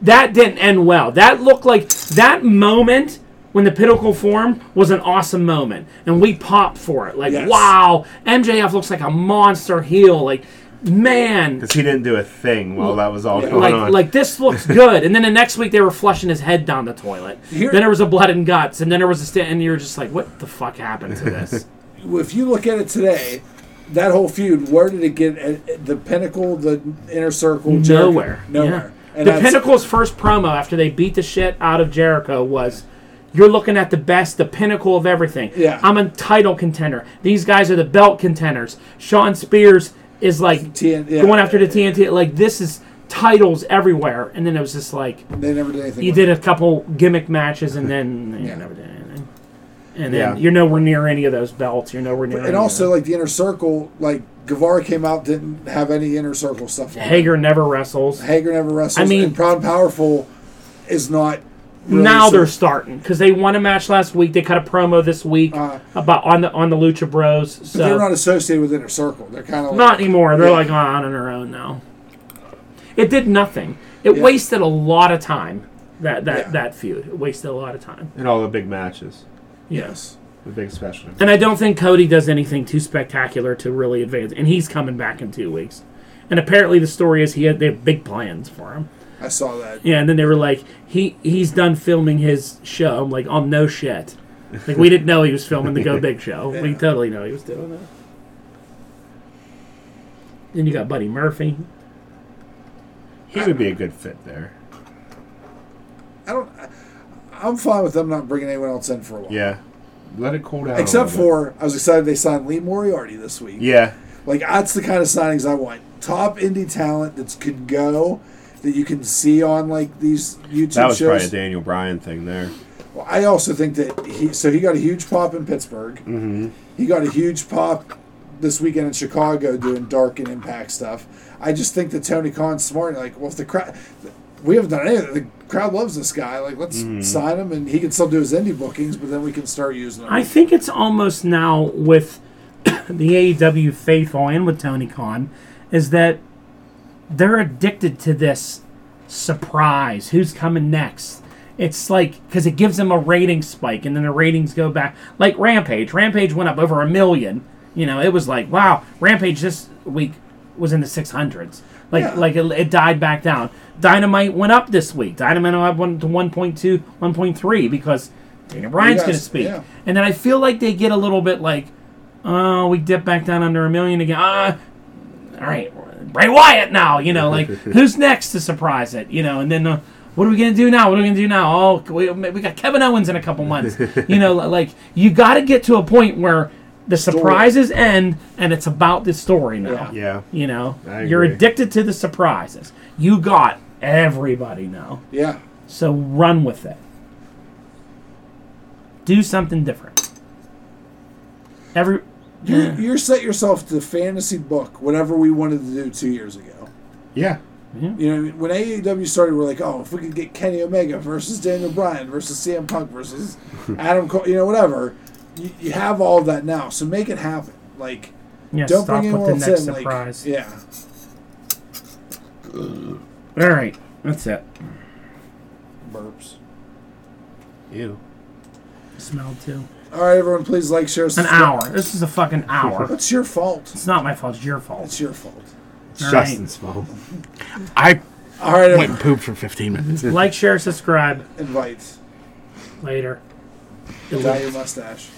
Speaker 2: that didn't end well. That looked like that moment when the pinnacle formed was an awesome moment, and we popped for it. Like,
Speaker 1: Yes.
Speaker 2: wow, MJF looks like a monster heel. Like, man,
Speaker 4: Because he didn't do a thing while that was all going
Speaker 2: like
Speaker 4: on.
Speaker 2: like this looks good. And then the next week they were flushing his head down the toilet.
Speaker 1: Here-
Speaker 2: then there was a blood and guts, and then there was a st- and you were just like, what the fuck happened to this?
Speaker 1: if you look at it today, that whole feud, where did it get uh, the pinnacle, the inner circle, Jericho?
Speaker 2: Nowhere.
Speaker 1: nowhere.
Speaker 2: Yeah.
Speaker 1: And
Speaker 2: the
Speaker 1: that's-
Speaker 2: Pinnacle's first promo after they beat the shit out of Jericho was you're looking at the best, the pinnacle of everything.
Speaker 1: Yeah.
Speaker 2: I'm a title contender. These guys are the belt contenders. Sean Spears is like
Speaker 1: TN yeah.
Speaker 2: going after the TNT. Like this is titles everywhere. And then it was just like
Speaker 1: They never did anything.
Speaker 2: you
Speaker 1: with
Speaker 2: did a couple gimmick matches and then you never did anything. And then
Speaker 3: Yeah.
Speaker 2: you're nowhere near any of those belts. You're nowhere near.
Speaker 1: it.
Speaker 2: any
Speaker 3: Oh,
Speaker 1: And
Speaker 2: of
Speaker 1: also,
Speaker 2: them.
Speaker 1: like the inner circle, like Guevara came out, didn't have any inner circle stuff. on it.
Speaker 2: Hager never wrestles.
Speaker 1: Hager never wrestles.
Speaker 2: I mean-
Speaker 1: and Proud and Powerful is not. really
Speaker 2: now
Speaker 1: so-
Speaker 2: they're starting because they won a match last week. They cut a promo this week
Speaker 1: Uh,
Speaker 2: about on the on the Lucha Bros. So
Speaker 1: they're
Speaker 2: not,
Speaker 1: not associated with inner circle. They're kind of
Speaker 2: anymore. They're
Speaker 1: Yeah.
Speaker 2: like "Oh, on their own now. It did nothing. It
Speaker 1: Yeah.
Speaker 2: wasted a lot of time. That that
Speaker 1: Yeah.
Speaker 2: that feud it wasted a lot of time.
Speaker 3: And all the big matches,
Speaker 2: Yes.
Speaker 3: the big special.
Speaker 2: And I don't think Cody does anything too spectacular to really advance. And he's coming back in two weeks. And apparently the story is he had they have big plans for him.
Speaker 1: I saw that.
Speaker 2: Yeah, and then they were like, he he's done filming his show. I'm like, oh no shit. Like we didn't know he was filming the Go Big show. We
Speaker 1: Yeah.
Speaker 2: totally know he was doing that. Then you got Buddy Murphy.
Speaker 3: He would be a good fit there.
Speaker 1: I don't. I- I'm fine with them not bringing anyone else in for a while.
Speaker 3: Yeah, let it cool down. a
Speaker 1: Except
Speaker 3: little
Speaker 1: for,
Speaker 3: bit.
Speaker 1: I was excited they signed Lee Moriarty this week.
Speaker 3: yeah,
Speaker 1: Like that's the kind of signings I want. Top indie talent that could go, that you can see on like these YouTube
Speaker 3: that was probably a
Speaker 1: shows.
Speaker 3: Daniel Bryan thing there.
Speaker 1: Well, I also think that he so he got a huge pop in Pittsburgh. Mm-hmm. He got a huge pop this weekend in Chicago doing dark and impact stuff. I just think that Tony Khan's smart. Like, well, if the crowd, we haven't done anything. The crowd loves this guy. Like, let's sign him, and he can still do his indie bookings, but then we can start using him.
Speaker 2: I think it's almost now with the AEW faithful and with Tony Khan is that they're addicted to this surprise. Who's coming next? It's like because it gives them a rating spike, and then the ratings go back. Like Rampage, Rampage went up over a million. You know, it was like wow, Rampage this week was in the six hundreds. Like
Speaker 1: Yeah.
Speaker 2: like it, it died back down. Dynamite went up this week. Dynamite went up one to 1.2, 1.3 because Dana Bryan's
Speaker 1: guys-
Speaker 2: going to speak.
Speaker 1: yeah.
Speaker 2: And then I feel like they get a little bit like, oh, we dip back down under a million again. Ah, all right, Bray Wyatt now, you know, like who's next to surprise it, you know, and then uh, what are we gonna do now? What are we gonna do now? Oh, we, we got Kevin Owens in a couple months, you know, li- like you got to get to a point where the surprises end and it's about the story now.
Speaker 3: Yeah,
Speaker 2: You know,
Speaker 3: I
Speaker 2: you're
Speaker 3: agree.
Speaker 2: addicted to the surprises. You got everybody now,
Speaker 1: yeah,
Speaker 2: so run with it. Do something different. Every
Speaker 1: you you set yourself to fantasy book whatever we wanted to do two years ago.
Speaker 3: yeah.
Speaker 1: You know, when AEW started, we're like, oh, if we could get Kenny Omega versus Daniel Bryan versus CM Punk versus Adam Cole, you know, whatever. You, you have all of that now, so make it happen. Like,
Speaker 2: yeah,
Speaker 1: don't
Speaker 2: stop
Speaker 1: bring anyone
Speaker 2: with the
Speaker 1: else
Speaker 2: next
Speaker 1: in.
Speaker 2: surprise.
Speaker 1: Like, yeah,
Speaker 2: All right, that's it.
Speaker 1: burps.
Speaker 3: Ew.
Speaker 2: Smelled too.
Speaker 1: All right, everyone, please like, share,
Speaker 2: An
Speaker 1: subscribe.
Speaker 2: hour. This is a fucking hour.
Speaker 1: It's your fault.
Speaker 2: It's not my fault. It's your fault.
Speaker 1: It's your fault.
Speaker 2: All right.
Speaker 3: Justin's fault.
Speaker 5: I
Speaker 1: All right, everyone,
Speaker 5: went and pooped for 15 minutes.
Speaker 2: Like, share, subscribe.
Speaker 1: invite.
Speaker 2: Later.
Speaker 1: Dye your mustache.